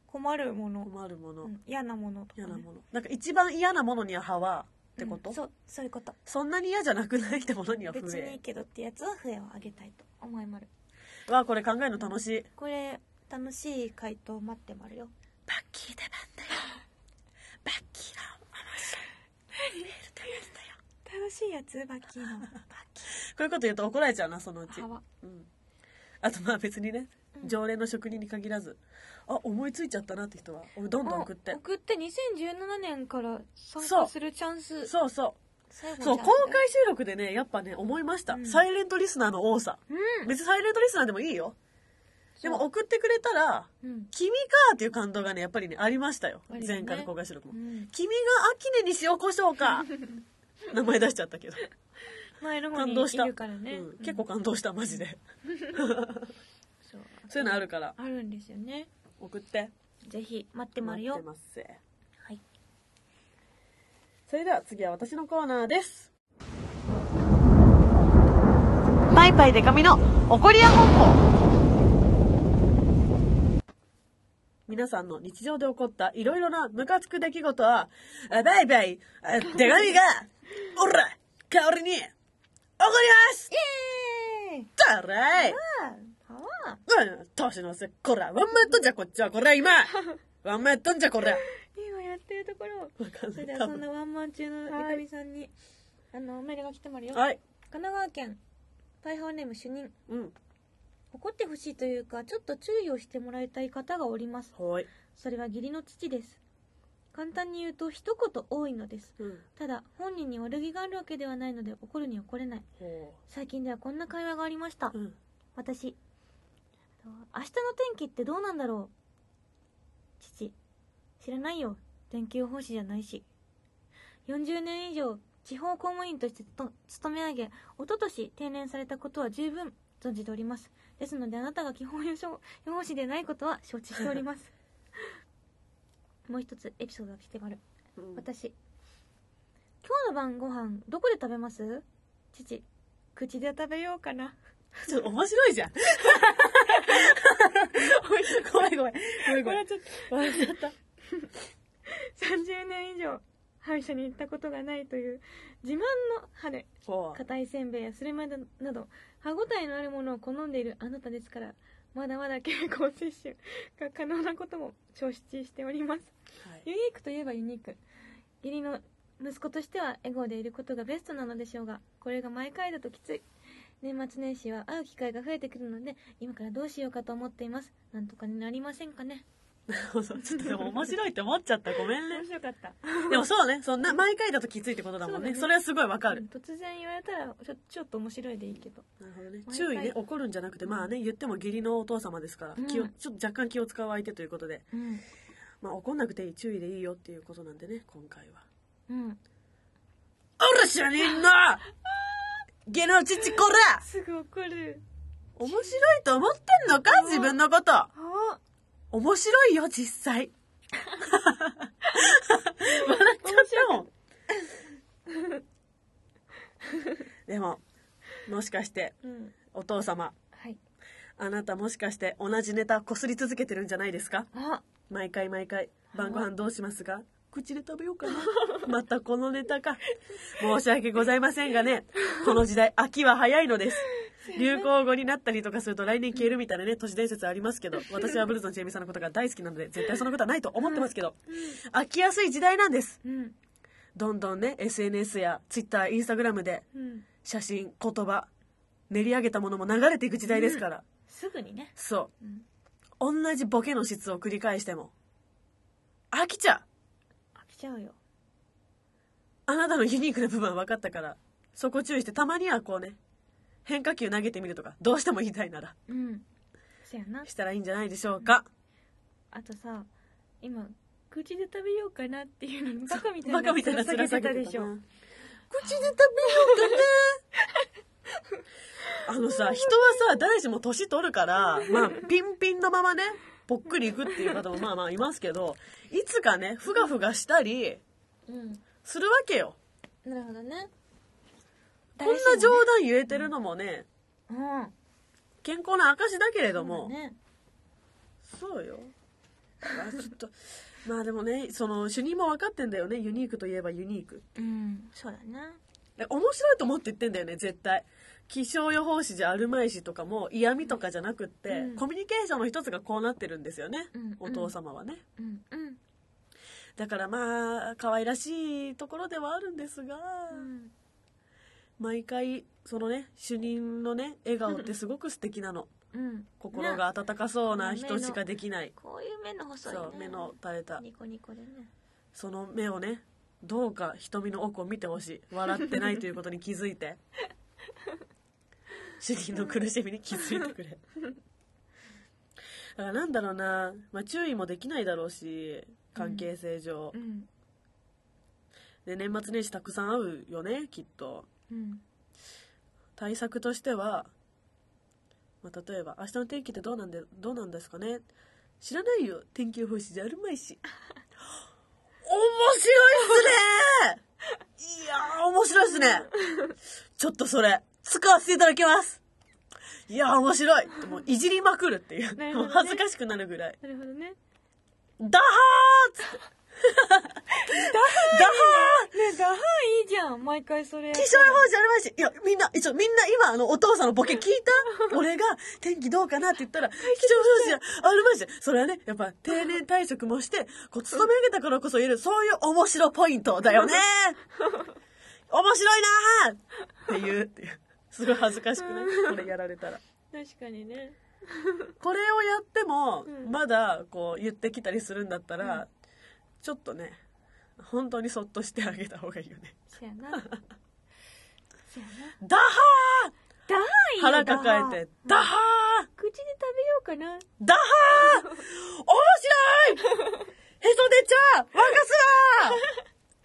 Speaker 1: 困るもの、
Speaker 2: 困るもの
Speaker 1: うん嫌なものとか、ね、
Speaker 2: 嫌なものなんか一番嫌なものには歯はってこと、
Speaker 1: うんそうそういうこと
Speaker 2: そんなに嫌じゃなくないってものには
Speaker 1: 別にいい
Speaker 2: 笛
Speaker 1: けどってやつは笛をあげたいと思いまる
Speaker 2: わあこれ考えるの楽しい
Speaker 1: これ楽しい回答待ってまるよ
Speaker 2: バッキー出番だよバッキーの面白いメール出ましたよ
Speaker 1: 楽しいやつバッキーのバッキ
Speaker 2: こういうこと言うと怒られちゃうなそのうち
Speaker 1: ーは
Speaker 2: うんあとまあ別にね、
Speaker 1: うん
Speaker 2: 常連の職人に限らずあ思いついちゃったなって人はどんどん送って
Speaker 1: 送って2017年から参加するチャンス
Speaker 2: そうそう
Speaker 1: 最後の
Speaker 2: そう
Speaker 1: チャンス
Speaker 2: 公
Speaker 1: だよ
Speaker 2: 開収録でねやっぱね思いました、
Speaker 1: うん
Speaker 2: サイレントリスナーの多さ
Speaker 1: うん
Speaker 2: 別にサイレントリスナーでもいいよでも
Speaker 1: そう
Speaker 2: 送ってくれたら
Speaker 1: うん
Speaker 2: 「君か!」っていう感動がねやっぱりねありましたよ、
Speaker 1: ありますね
Speaker 2: 前回の公開収録も「
Speaker 1: うん
Speaker 2: 君が秋音に塩コショウか! 」名前出しちゃっ たけど、
Speaker 1: 前の方に
Speaker 2: 感動した、
Speaker 1: いるからね、
Speaker 2: うん結構感動したマジで、
Speaker 1: そう
Speaker 2: そういうのあるから
Speaker 1: あるんですよね
Speaker 2: 送って
Speaker 1: ぜひ待ってまる
Speaker 2: 待
Speaker 1: よ
Speaker 2: ってますぜ
Speaker 1: はい
Speaker 2: それでは次は私のコーナーですパイパイデカミの怒り屋本舗皆さんの日常で起こったいろいろなムカつく出来事は、あバイバイ、あデカミが、おら、香りに、怒ります
Speaker 1: イエーイ
Speaker 2: だらい
Speaker 1: ああ
Speaker 2: うん、年の瀬、こら、ワンマンとんじゃこっちは、こら、 今ワンマンとんじゃこら。
Speaker 1: 今やってるところ
Speaker 2: わかんない
Speaker 1: それではそんなワンマン中のゆかみさんに、あのメールが来てもらうよ、
Speaker 2: はい。
Speaker 1: 神奈川県パイハーネーム主任
Speaker 2: うん。
Speaker 1: 怒ってほしいというかちょっと注意をしてもらいたい方がおります
Speaker 2: はい。
Speaker 1: それは義理の父です簡単に言うと一言多いのです
Speaker 2: うん。
Speaker 1: ただ本人に悪気があるわけではないので怒るに怒れない
Speaker 2: ほ
Speaker 1: 最近ではこんな会話がありました
Speaker 2: う。うん。
Speaker 1: 私明日の天気ってどうなんだろう父知らないよ天気予報士じゃないし40年以上地方公務員としてと勤め上げ一昨年定年されたことは十分存じておりますですのであなたが基本予想 予報士でないことは承知しております もう一つエピソードが来てまる
Speaker 2: うん
Speaker 1: 私今日の晩ご飯どこで食べます父口で食べようかな
Speaker 2: ちょっと面白い じゃん。ごめんごめん。ごめんごめん。
Speaker 1: ちょっと
Speaker 2: 笑っちゃった。
Speaker 1: 30年以上歯医者に行ったことがないという自慢の歯で
Speaker 2: ほう。
Speaker 1: 硬いせんべいやすりまなど歯ごたえのあるものを好んでいるあなたですからまだまだ健康摂取が可能なことも承知しております
Speaker 2: はい
Speaker 1: ユニークといえばユニーク義理の息子としては笑顔でいることがベストなのでしょうがこれが毎回だときつい年末年始は会う機会が増えてくるので今からどうしようかと思っていますなんとかになりませんかね
Speaker 2: そうそうちょっとでも面白いって思っちゃった。ごめんね
Speaker 1: 面。白かった
Speaker 2: でもそうね。そんな、毎回だときついってことだもんね。そ
Speaker 1: そうだね
Speaker 2: れはすごいわか
Speaker 1: うん
Speaker 2: る。
Speaker 1: 突然言われたらちょちょっと面白いでいいけど
Speaker 2: なるほどね。
Speaker 1: 毎回
Speaker 2: 注意ね。怒るんじゃなくて、まあね、言っても義理のお父様ですから、気
Speaker 1: う
Speaker 2: を、
Speaker 1: ん
Speaker 2: ちょっと若干気を使う相手ということで、
Speaker 1: うん、
Speaker 2: まあ怒んなくていい、注意でいいよっていうことなんでね、今回は。
Speaker 1: うん、
Speaker 2: おらしゃねえん な義理の父こら
Speaker 1: すぐ怒る
Speaker 2: 面白いと思ってんのか自分のこと
Speaker 1: あ
Speaker 2: 面白いよ実際笑っちゃったもんでももしかして
Speaker 1: うん
Speaker 2: お父様
Speaker 1: はい
Speaker 2: あなたもしかして同じネタこすり続けてるんじゃないですか
Speaker 1: あ
Speaker 2: 毎回毎回晩ご飯どうしますか口で食べようかな またこのネタか申し訳ございませんがねこの時代秋は早いの です流行語になったりとかすると来年消えるみたいなね都市伝説ありますけど私はブルーズのちえみさんのことが大好きなので絶対そのことはないと思ってますけど飽きやすい時代なんです
Speaker 1: うん
Speaker 2: どんどんね SNS や TwitterInstagram で
Speaker 1: うん
Speaker 2: 写真言葉練り上げたものも流れていく時代ですから、
Speaker 1: すぐにね
Speaker 2: そう
Speaker 1: うん
Speaker 2: 同じボケの質を繰り返しても飽きちゃう
Speaker 1: 飽きちゃうよ
Speaker 2: あなたのユニークな部分は分かったからそこ注意してたまにはこうね変化球投げてみるとかどうしても言いたいなら
Speaker 1: うんそやな
Speaker 2: したらいいんじゃないでしょうか
Speaker 1: あとさ今口で食べようかなっていうのバカみたいな
Speaker 2: バカみたいな
Speaker 1: 面
Speaker 2: 面下
Speaker 1: 下げて
Speaker 2: げてた
Speaker 1: た
Speaker 2: で
Speaker 1: で
Speaker 2: し
Speaker 1: し
Speaker 2: ょ
Speaker 1: ょ
Speaker 2: 口で食べようかな あのさ人はさ誰しも年取るからまあピンピンのままねぽっくりいくっていう方もまあまあいますけどいつかねふがふがしたり
Speaker 1: うん
Speaker 2: するわけよ
Speaker 1: なるほどね
Speaker 2: こんな冗談言えてるのもね
Speaker 1: 談うん
Speaker 2: 健康な証だけれども、
Speaker 1: そうだね
Speaker 2: そうよ。あちょっと、まあでもね、その、主任も分かってんだよね。ユニークといえばユニーク。
Speaker 1: うんそうだね
Speaker 2: で面白いと思って言ってんだよね、絶対。気象予報士じゃあるまいしとかも嫌味とかじゃなくって、
Speaker 1: うん
Speaker 2: コミュニケーションの一つがこうなってるんですよね。
Speaker 1: うん
Speaker 2: お父様はね。
Speaker 1: うんうん
Speaker 2: だからまあ、可愛らしいところではあるんですが、
Speaker 1: うん
Speaker 2: 毎回、そのね、主任のね、笑顔ってすごく素敵なの。
Speaker 1: うん
Speaker 2: 心
Speaker 1: ね
Speaker 2: が温かそうな人しかできない。
Speaker 1: こういう目の細いね
Speaker 2: そう、目の垂れた。
Speaker 1: ニコニコでね
Speaker 2: その目をねどうか瞳の奥を見てほしい笑ってないということに気づい て主人の苦しみに気づいてくれだからなんだろうな、まあ、注意もできないだろうし関係性上、
Speaker 1: うん
Speaker 2: で年末年始たくさん会うよねきっと
Speaker 1: うん
Speaker 2: 対策としては、まあ、例えば「明日の天気ってどうなんでどうなんですかね?」「知らないよ天気予報士じゃあるまいし」「面白いっすね!」いやー面白いっすねちょっとそれ使わせていただきますいやー面白いってもういじりまくるっていう。
Speaker 1: なるほ
Speaker 2: も
Speaker 1: どね
Speaker 2: う恥ずかしくなるぐらい。
Speaker 1: なるほどね。
Speaker 2: ダハーっつって。ダハー
Speaker 1: ねえ、ダハンいいじゃん。毎回それ。
Speaker 2: 気象予報士あるまいし。いや、みんな、一応みんな今あのお父さんのボケ聞いた 俺が天気どうかなって言ったら、気象予報士あるまいし。それはね、やっぱ定年退職もして、こう勤め上げたからこそ言える、そういう面白ポイントだ よね面白いなーって言うっていう。すごい恥ずかしくないこれやられたら。
Speaker 1: 確かにね。
Speaker 2: これをやっても、
Speaker 1: うん
Speaker 2: まだこう言ってきたりするんだったら、ちょっとね本当にそっとしてあげた方がいいよね
Speaker 1: そや な。そやな。
Speaker 2: ダハ
Speaker 1: ダハンい
Speaker 2: ー
Speaker 1: い
Speaker 2: 腹
Speaker 1: よダハン
Speaker 2: 抱えてダハー
Speaker 1: 口で食べようかな。
Speaker 2: ダハー面白いへそ出ちゃう若す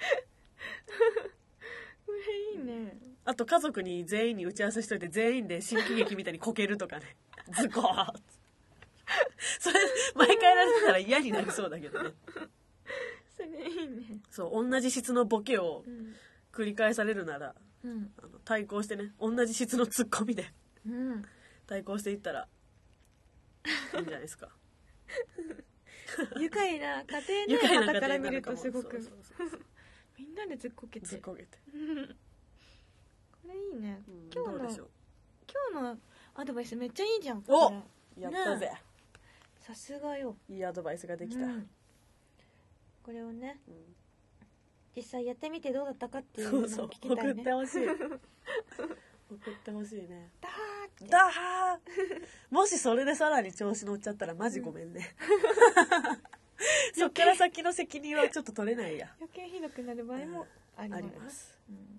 Speaker 2: な
Speaker 1: これいいね。
Speaker 2: あと家族に全員に打ち合わせしといて全員で新喜劇みたいにこけると かねズコーッそれ毎回やられてたら嫌になりそうだけどね
Speaker 1: それいいね。
Speaker 2: そう同じ質のボケを
Speaker 1: うん。
Speaker 2: 繰り返されるなら
Speaker 1: うん。
Speaker 2: あの対抗してね同じ質のツッコミで
Speaker 1: うん。
Speaker 2: 対抗していったらいいんじゃないで すか
Speaker 1: 愉快な、 家
Speaker 2: 愉
Speaker 1: 庭内
Speaker 2: 快
Speaker 1: の
Speaker 2: な
Speaker 1: 方
Speaker 2: 家
Speaker 1: から
Speaker 2: 庭
Speaker 1: 見
Speaker 2: な
Speaker 1: る
Speaker 2: のか
Speaker 1: と
Speaker 2: も
Speaker 1: すご
Speaker 2: そう
Speaker 1: く
Speaker 2: そう。そうそう
Speaker 1: みんなでずっこけ。
Speaker 2: ずってこけて、
Speaker 1: これいいね。
Speaker 2: うん
Speaker 1: 今
Speaker 2: どう
Speaker 1: 日の、
Speaker 2: でしょ
Speaker 1: 今日のアドバイスめっちゃいいじゃん。
Speaker 2: お
Speaker 1: これ
Speaker 2: うやったぜ、
Speaker 1: さすがよ。
Speaker 2: いいアドバイスができた、
Speaker 1: う
Speaker 2: うんん
Speaker 1: これをね、実際やってみてどうだったかっていう
Speaker 2: そ
Speaker 1: のを
Speaker 2: うそう
Speaker 1: 聞き
Speaker 2: 送
Speaker 1: たい
Speaker 2: っ
Speaker 1: ね。
Speaker 2: てほしい送ってほしいね
Speaker 1: ダハーって
Speaker 2: だはーもしそれでさらに調子乗っちゃったらマジごめん ね、そっから先の責任はちょっと取れないや
Speaker 1: 余計ひどくなる場合もあり
Speaker 2: あ
Speaker 1: ます
Speaker 2: ります
Speaker 1: うん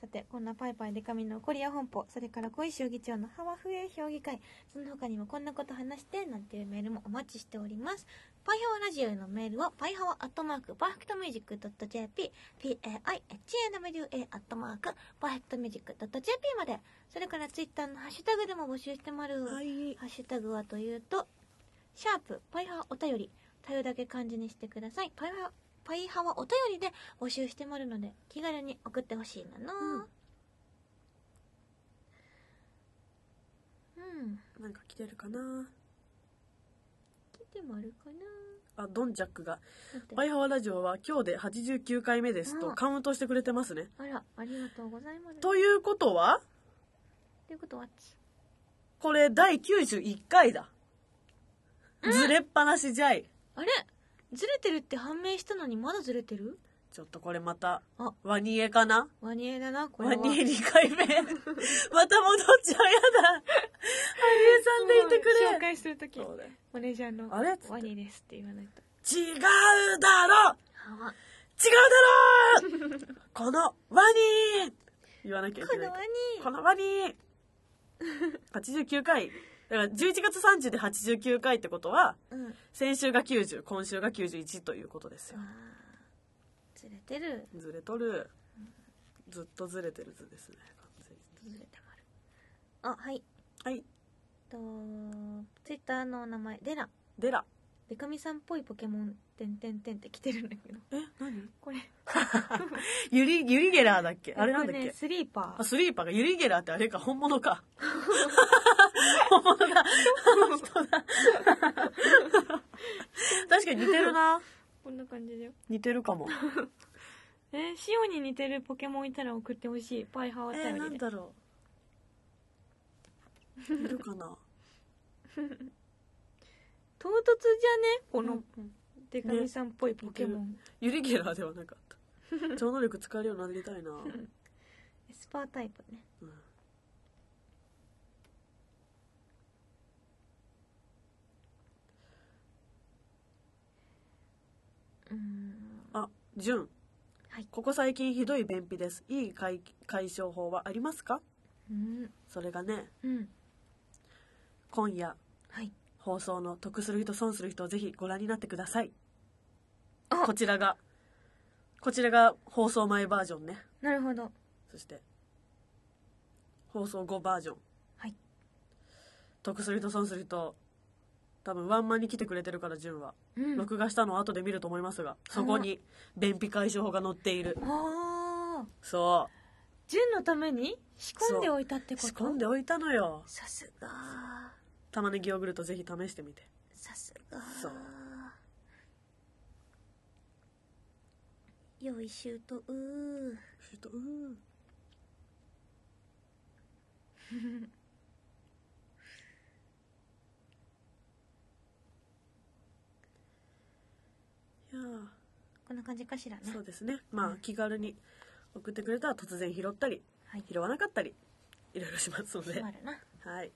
Speaker 1: さてこんな「パイパイデカミのコリア本舗」それから「恋将議長のハワフエ評議会」その他にもこんなこと話してなんていうメールもお待ちしておりますパイハワラジオへのメールをパイハワアットマークパーフェクトミュージックドット JPPAIHAWA アットマークパーフェクトミュージックドット JP までそれからツイッターのハッシュタグでも募集してまる、
Speaker 2: はい
Speaker 1: ハッシュタグはというと、シャープ、パイハワお便り、頼だけ漢字にしてください。パイハワ、パイハワお便りで募集してもらうので、気軽に送ってほしいなの、
Speaker 2: うん
Speaker 1: うん。
Speaker 2: なんか来てるかな
Speaker 1: 来てもあるかな
Speaker 2: あドンジャックが
Speaker 1: 待っ
Speaker 2: 「
Speaker 1: て
Speaker 2: バイハワラジオ」は今日で89回目ですと
Speaker 1: うん
Speaker 2: カウントしてくれてますね
Speaker 1: あら、ありがとうございます。と
Speaker 2: ということは
Speaker 1: いうことは、
Speaker 2: これ第91回だずれっぱなしじゃい
Speaker 1: あれずれてるって判明したのにまだずれてる
Speaker 2: ちょっとこれまた
Speaker 1: あ
Speaker 2: ワニエかな
Speaker 1: ワニエだな、これ
Speaker 2: ワ
Speaker 1: は。
Speaker 2: ニエ2回目 また戻っちゃうやだワニエさんでいてく
Speaker 1: 紹
Speaker 2: れ
Speaker 1: 介するとき、
Speaker 2: そうだよ
Speaker 1: マネージャーの、
Speaker 2: あれっつって
Speaker 1: ワニですって言わないと。
Speaker 2: 違うだろ
Speaker 1: ハワ。
Speaker 2: 違うだろ このワニー言わなきゃい
Speaker 1: こ
Speaker 2: け
Speaker 1: の
Speaker 2: ない
Speaker 1: ワ
Speaker 2: この場に89回だから11月30で89回ってことは
Speaker 1: ニうん。
Speaker 2: 先週が90今週が91ということですよ
Speaker 1: あーずれてる
Speaker 2: ずれとるずっとずれてる図ですね完全に
Speaker 1: ずれてまるあはい
Speaker 2: はい
Speaker 1: とツイッターのお名前デラ
Speaker 2: でら
Speaker 1: デカミさんっぽいポケモンてんてんてんって来てるんだけど
Speaker 2: え何
Speaker 1: これ
Speaker 2: ユリユリゲラーだっけあれなんだっ
Speaker 1: こね
Speaker 2: け
Speaker 1: スリーパ
Speaker 2: あ
Speaker 1: ー
Speaker 2: スリーパーがユリゲラーってあれか本物か本物だ人だ確かに似てるな
Speaker 1: こんな感じだよ
Speaker 2: 似てるかも
Speaker 1: えー、シオンに似てるポケモンいたら送ってほしいパイハワ
Speaker 2: え
Speaker 1: 頼
Speaker 2: ー、な
Speaker 1: り
Speaker 2: ん
Speaker 1: で、
Speaker 2: だろういるかな
Speaker 1: 唐突じゃねこのデカミさんっぽいポケモン、
Speaker 2: ユリゲラーではなかった超能力使えるようになりたいな、
Speaker 1: エスパータイプね
Speaker 2: うん
Speaker 1: うーん
Speaker 2: あジュン
Speaker 1: はい
Speaker 2: ここ最近ひどい便秘ですいい解解消法はありますか
Speaker 1: うん
Speaker 2: それがね
Speaker 1: うん
Speaker 2: 今夜
Speaker 1: はい
Speaker 2: 放送の得する人損する人をぜひご覧になってください
Speaker 1: あ
Speaker 2: こちらがこちらが放送前バージョンね
Speaker 1: なるほど
Speaker 2: そして放送後バージョン
Speaker 1: はい
Speaker 2: 得する人損する人多分ワンマンに来てくれてるから潤は、
Speaker 1: うん
Speaker 2: 録画したのを後で見ると思いますがそこに便秘解消法が載っている
Speaker 1: ああ
Speaker 2: そ
Speaker 1: 純のために仕込んでおいたってこと
Speaker 2: 仕込んでおいたのよ
Speaker 1: さすが
Speaker 2: 玉ねぎヨーグルトぜひ試してみて
Speaker 1: さすが
Speaker 2: そう
Speaker 1: よいしゅうとうー
Speaker 2: ちょっとうーいやー
Speaker 1: こんな感じかしらね
Speaker 2: そうですねまあ気軽に送ってくれたら突然拾ったり
Speaker 1: はい
Speaker 2: 拾わなかったりいろいろしますので
Speaker 1: まるな
Speaker 2: はい。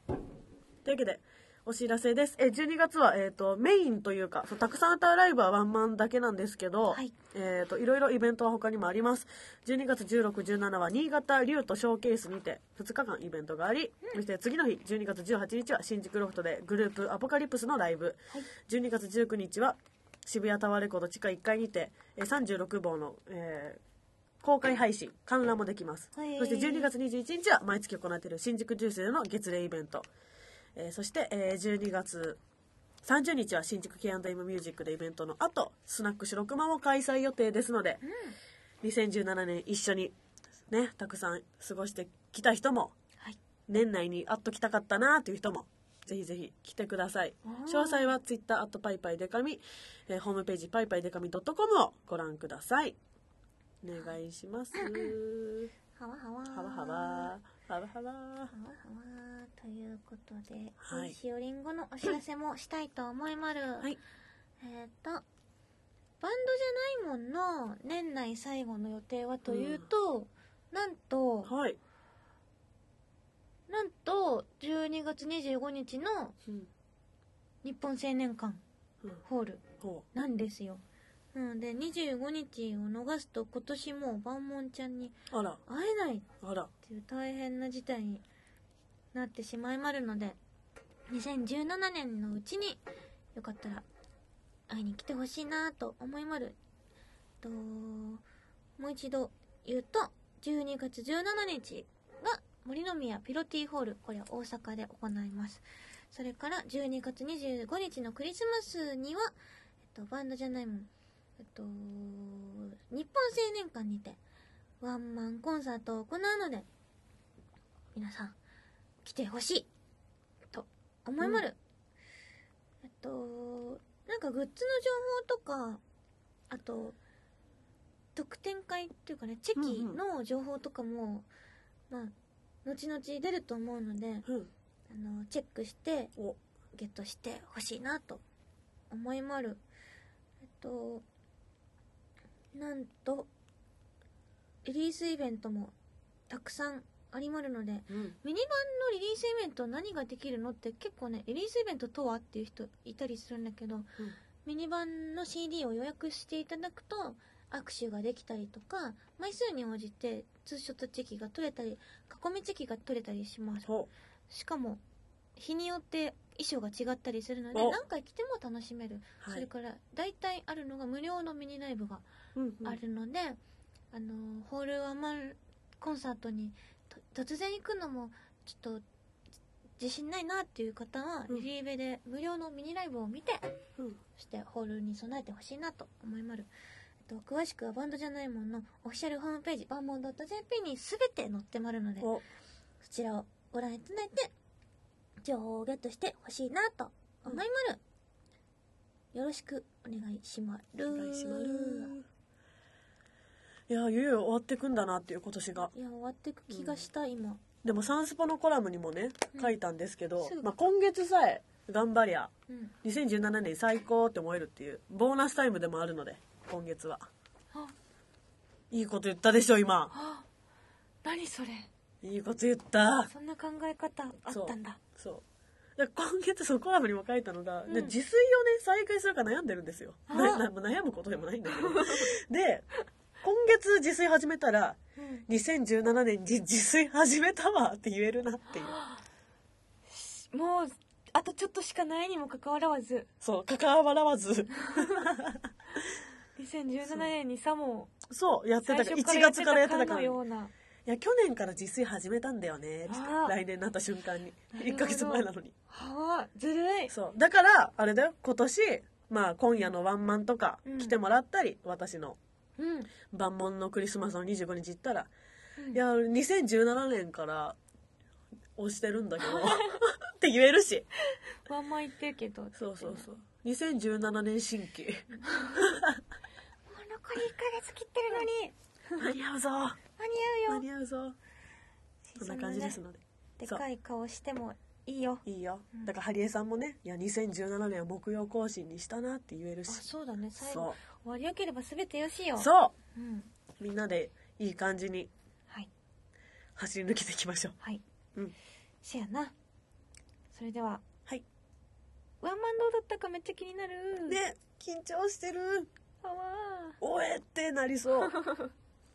Speaker 2: というわけで、お知らせです。えー、12月は、えっ、と、メインというか、そうたくさん歌うライブはワンマンだけなんですけど、
Speaker 1: はい
Speaker 2: えっ、と、いろいろイベントは他にもあります。12月16、17は新潟竜とショーケースにて2日間イベントがあり、そして次の日、12月18日は新宿ロフトでグループアポカリプスのライブ、12月19日は渋谷タワーレコード地下1階にて、えー36号の、えー公開配信、観覧もできます。
Speaker 1: へー
Speaker 2: そして12月21日は毎月行っている新宿ジュースでの月例イベント。えーそして、えー12月30日は新宿 K&M ミュージックでイベントの後、スナック白熊も開催予定ですので、2017年一緒にね、たくさん過ごしてきた人も、
Speaker 1: はい
Speaker 2: 年内に会っときたかったなという人も、ぜひぜひ来てください。詳細は Twitter、アットパイパイデカミ、えーホームページ、パイパイデカミ .com をご覧ください。お願いし ます。
Speaker 1: はわはわ
Speaker 2: はわはわ、はわ
Speaker 1: はわ
Speaker 2: はわ。
Speaker 1: はわということで、
Speaker 2: はい
Speaker 1: しおりんごのお知らせもしたいと思いまる。
Speaker 2: はい
Speaker 1: えっ、と、バンドじゃないもんの年内最後の予定はというと、なんと、
Speaker 2: はい。
Speaker 1: なんと、12月25日の
Speaker 2: うん
Speaker 1: 日本青年館
Speaker 2: うん
Speaker 1: ホール
Speaker 2: ほう
Speaker 1: なんですよ。なので、25日を逃すと今年もうバンモンちゃんに
Speaker 2: あら、
Speaker 1: 会えない
Speaker 2: あら。
Speaker 1: っていう大変な事態になってしまいまるので2017年のうちによかったら会いに来てほしいなと思いまるともう一度言うと12月17日が森の宮ピロティホールこれは大阪で行いますそれから12月25日のクリスマスには、えっと、バンドじゃないもん、えっと、日本青年館にてワンマンコンサートを行うので、皆さん、来てほしいと思いまる。えっと、なんかグッズの情報とか、あと、特典会っていうかね、チェキの情報とかも、まあ、後々出ると思うので、
Speaker 2: う
Speaker 1: あ
Speaker 2: ん。
Speaker 1: の、チェックして、
Speaker 2: お、
Speaker 1: ゲットしてほしいなと思いまるえっとなんとリリースイベントもたくさんありまるので
Speaker 2: うん。
Speaker 1: ミニ版のリリースイベント何ができるのって結構ねリリースイベントとはっていう人いたりするんだけど、ミニ版の CD を予約していただくと握手ができたりとか枚数に応じてツーショットチェキが取れたり囲みチェキが取れたりします
Speaker 2: ほ
Speaker 1: しかも日によって衣装が違ったりするので
Speaker 2: お
Speaker 1: 何回着ても楽しめる、
Speaker 2: う。は
Speaker 1: それ
Speaker 2: い。
Speaker 1: から大体あるのが無料のミニライブが
Speaker 2: うんうん
Speaker 1: あるので、あのーホールワンマンコンサートにと突然行くのもちょっと自信ないなっていう方は
Speaker 2: うん
Speaker 1: リリーベで無料のミニライブを見て
Speaker 2: うん
Speaker 1: そしてホールに備えてほしいなと思いまる。えっと詳しくはバンドじゃないもんのオフィシャルホームページバンモン .jp に全て載ってまるので
Speaker 2: ほ
Speaker 1: そちらをご覧いただいて、情報をゲットしてほしいなと思いまる。よろしくお願いしまる。
Speaker 2: お願いしますいやーいよいよ終わってくんだなっていう今年が
Speaker 1: いや、終わってく気がした、今。
Speaker 2: でもサンスポのコラムにもね書いたんですけど、
Speaker 1: すぐ
Speaker 2: まあ、今月さえ頑張りゃ
Speaker 1: うん。
Speaker 2: 2017年最高って思えるっていうボーナスタイムでもあるので今月は
Speaker 1: あ、
Speaker 2: いいこと言ったでしょ今
Speaker 1: あ、何それ。
Speaker 2: いいこと言った
Speaker 1: そんな考え方あったんだ。
Speaker 2: そうで今月そのコラムにも書いたのが、
Speaker 1: うん
Speaker 2: で自炊をね再開するか悩んでるんですよ
Speaker 1: あ
Speaker 2: なな悩むことでもないんだけどで今月自炊始めたら
Speaker 1: うん。
Speaker 2: 2017年に自炊始めたわって言えるなっていう
Speaker 1: もう、あとちょっとしかないにもかかわらず、
Speaker 2: そう関わらず
Speaker 1: 2017年にさも、
Speaker 2: そうやって
Speaker 1: 最
Speaker 2: たから
Speaker 1: 初か
Speaker 2: 1
Speaker 1: らやっ
Speaker 2: 月
Speaker 1: て
Speaker 2: からや
Speaker 1: た
Speaker 2: ってた
Speaker 1: かの
Speaker 2: かららい
Speaker 1: ような。
Speaker 2: や去年から自炊始めたんだよねつって
Speaker 1: あー
Speaker 2: 来年になった瞬間に
Speaker 1: なるほど
Speaker 2: 1ヶ月前なのに
Speaker 1: はあ、ずるい。
Speaker 2: そうだからあれだよ今年まあ今夜のワンマンとか
Speaker 1: うん
Speaker 2: 来てもらったり、私の
Speaker 1: うん。
Speaker 2: 万門のクリスマスの25日行ったら
Speaker 1: うん
Speaker 2: いや2017年から押してるんだけ どって言えるし
Speaker 1: まんま言ってるけど
Speaker 2: そうそうそう2017年新規
Speaker 1: もう残り1ヶ月切ってるのに
Speaker 2: 間に合うぞ
Speaker 1: 間に合
Speaker 2: 間
Speaker 1: うよ
Speaker 2: に合うぞそんな感じですので
Speaker 1: でかい顔してもいいよ
Speaker 2: いいよ
Speaker 1: うん
Speaker 2: だからハリエさんもねいや2017年は木曜更新にしたなって言える
Speaker 1: あ
Speaker 2: し
Speaker 1: そうだね最後
Speaker 2: そ
Speaker 1: 終わりよければ全てよしよ、
Speaker 2: うそう
Speaker 1: うん、
Speaker 2: うみんなでいい感じに
Speaker 1: はい
Speaker 2: 走り抜けていきましょう
Speaker 1: はい、
Speaker 2: うん
Speaker 1: せやなそれでは
Speaker 2: はい
Speaker 1: ワンマンどうだったかめっちゃ気になる
Speaker 2: ね緊張してる
Speaker 1: あわ
Speaker 2: おえってなり そう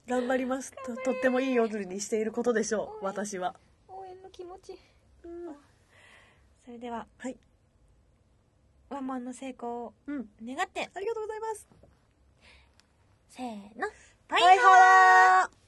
Speaker 2: 頑張りますととってもいい夜にしていることでしょう私は、
Speaker 1: ー応援の気持ち
Speaker 2: うん
Speaker 1: それでは
Speaker 2: はい
Speaker 1: ワンマンの成功を
Speaker 2: うん
Speaker 1: 願って
Speaker 2: ありがとうございます
Speaker 1: せーの
Speaker 2: バイハワー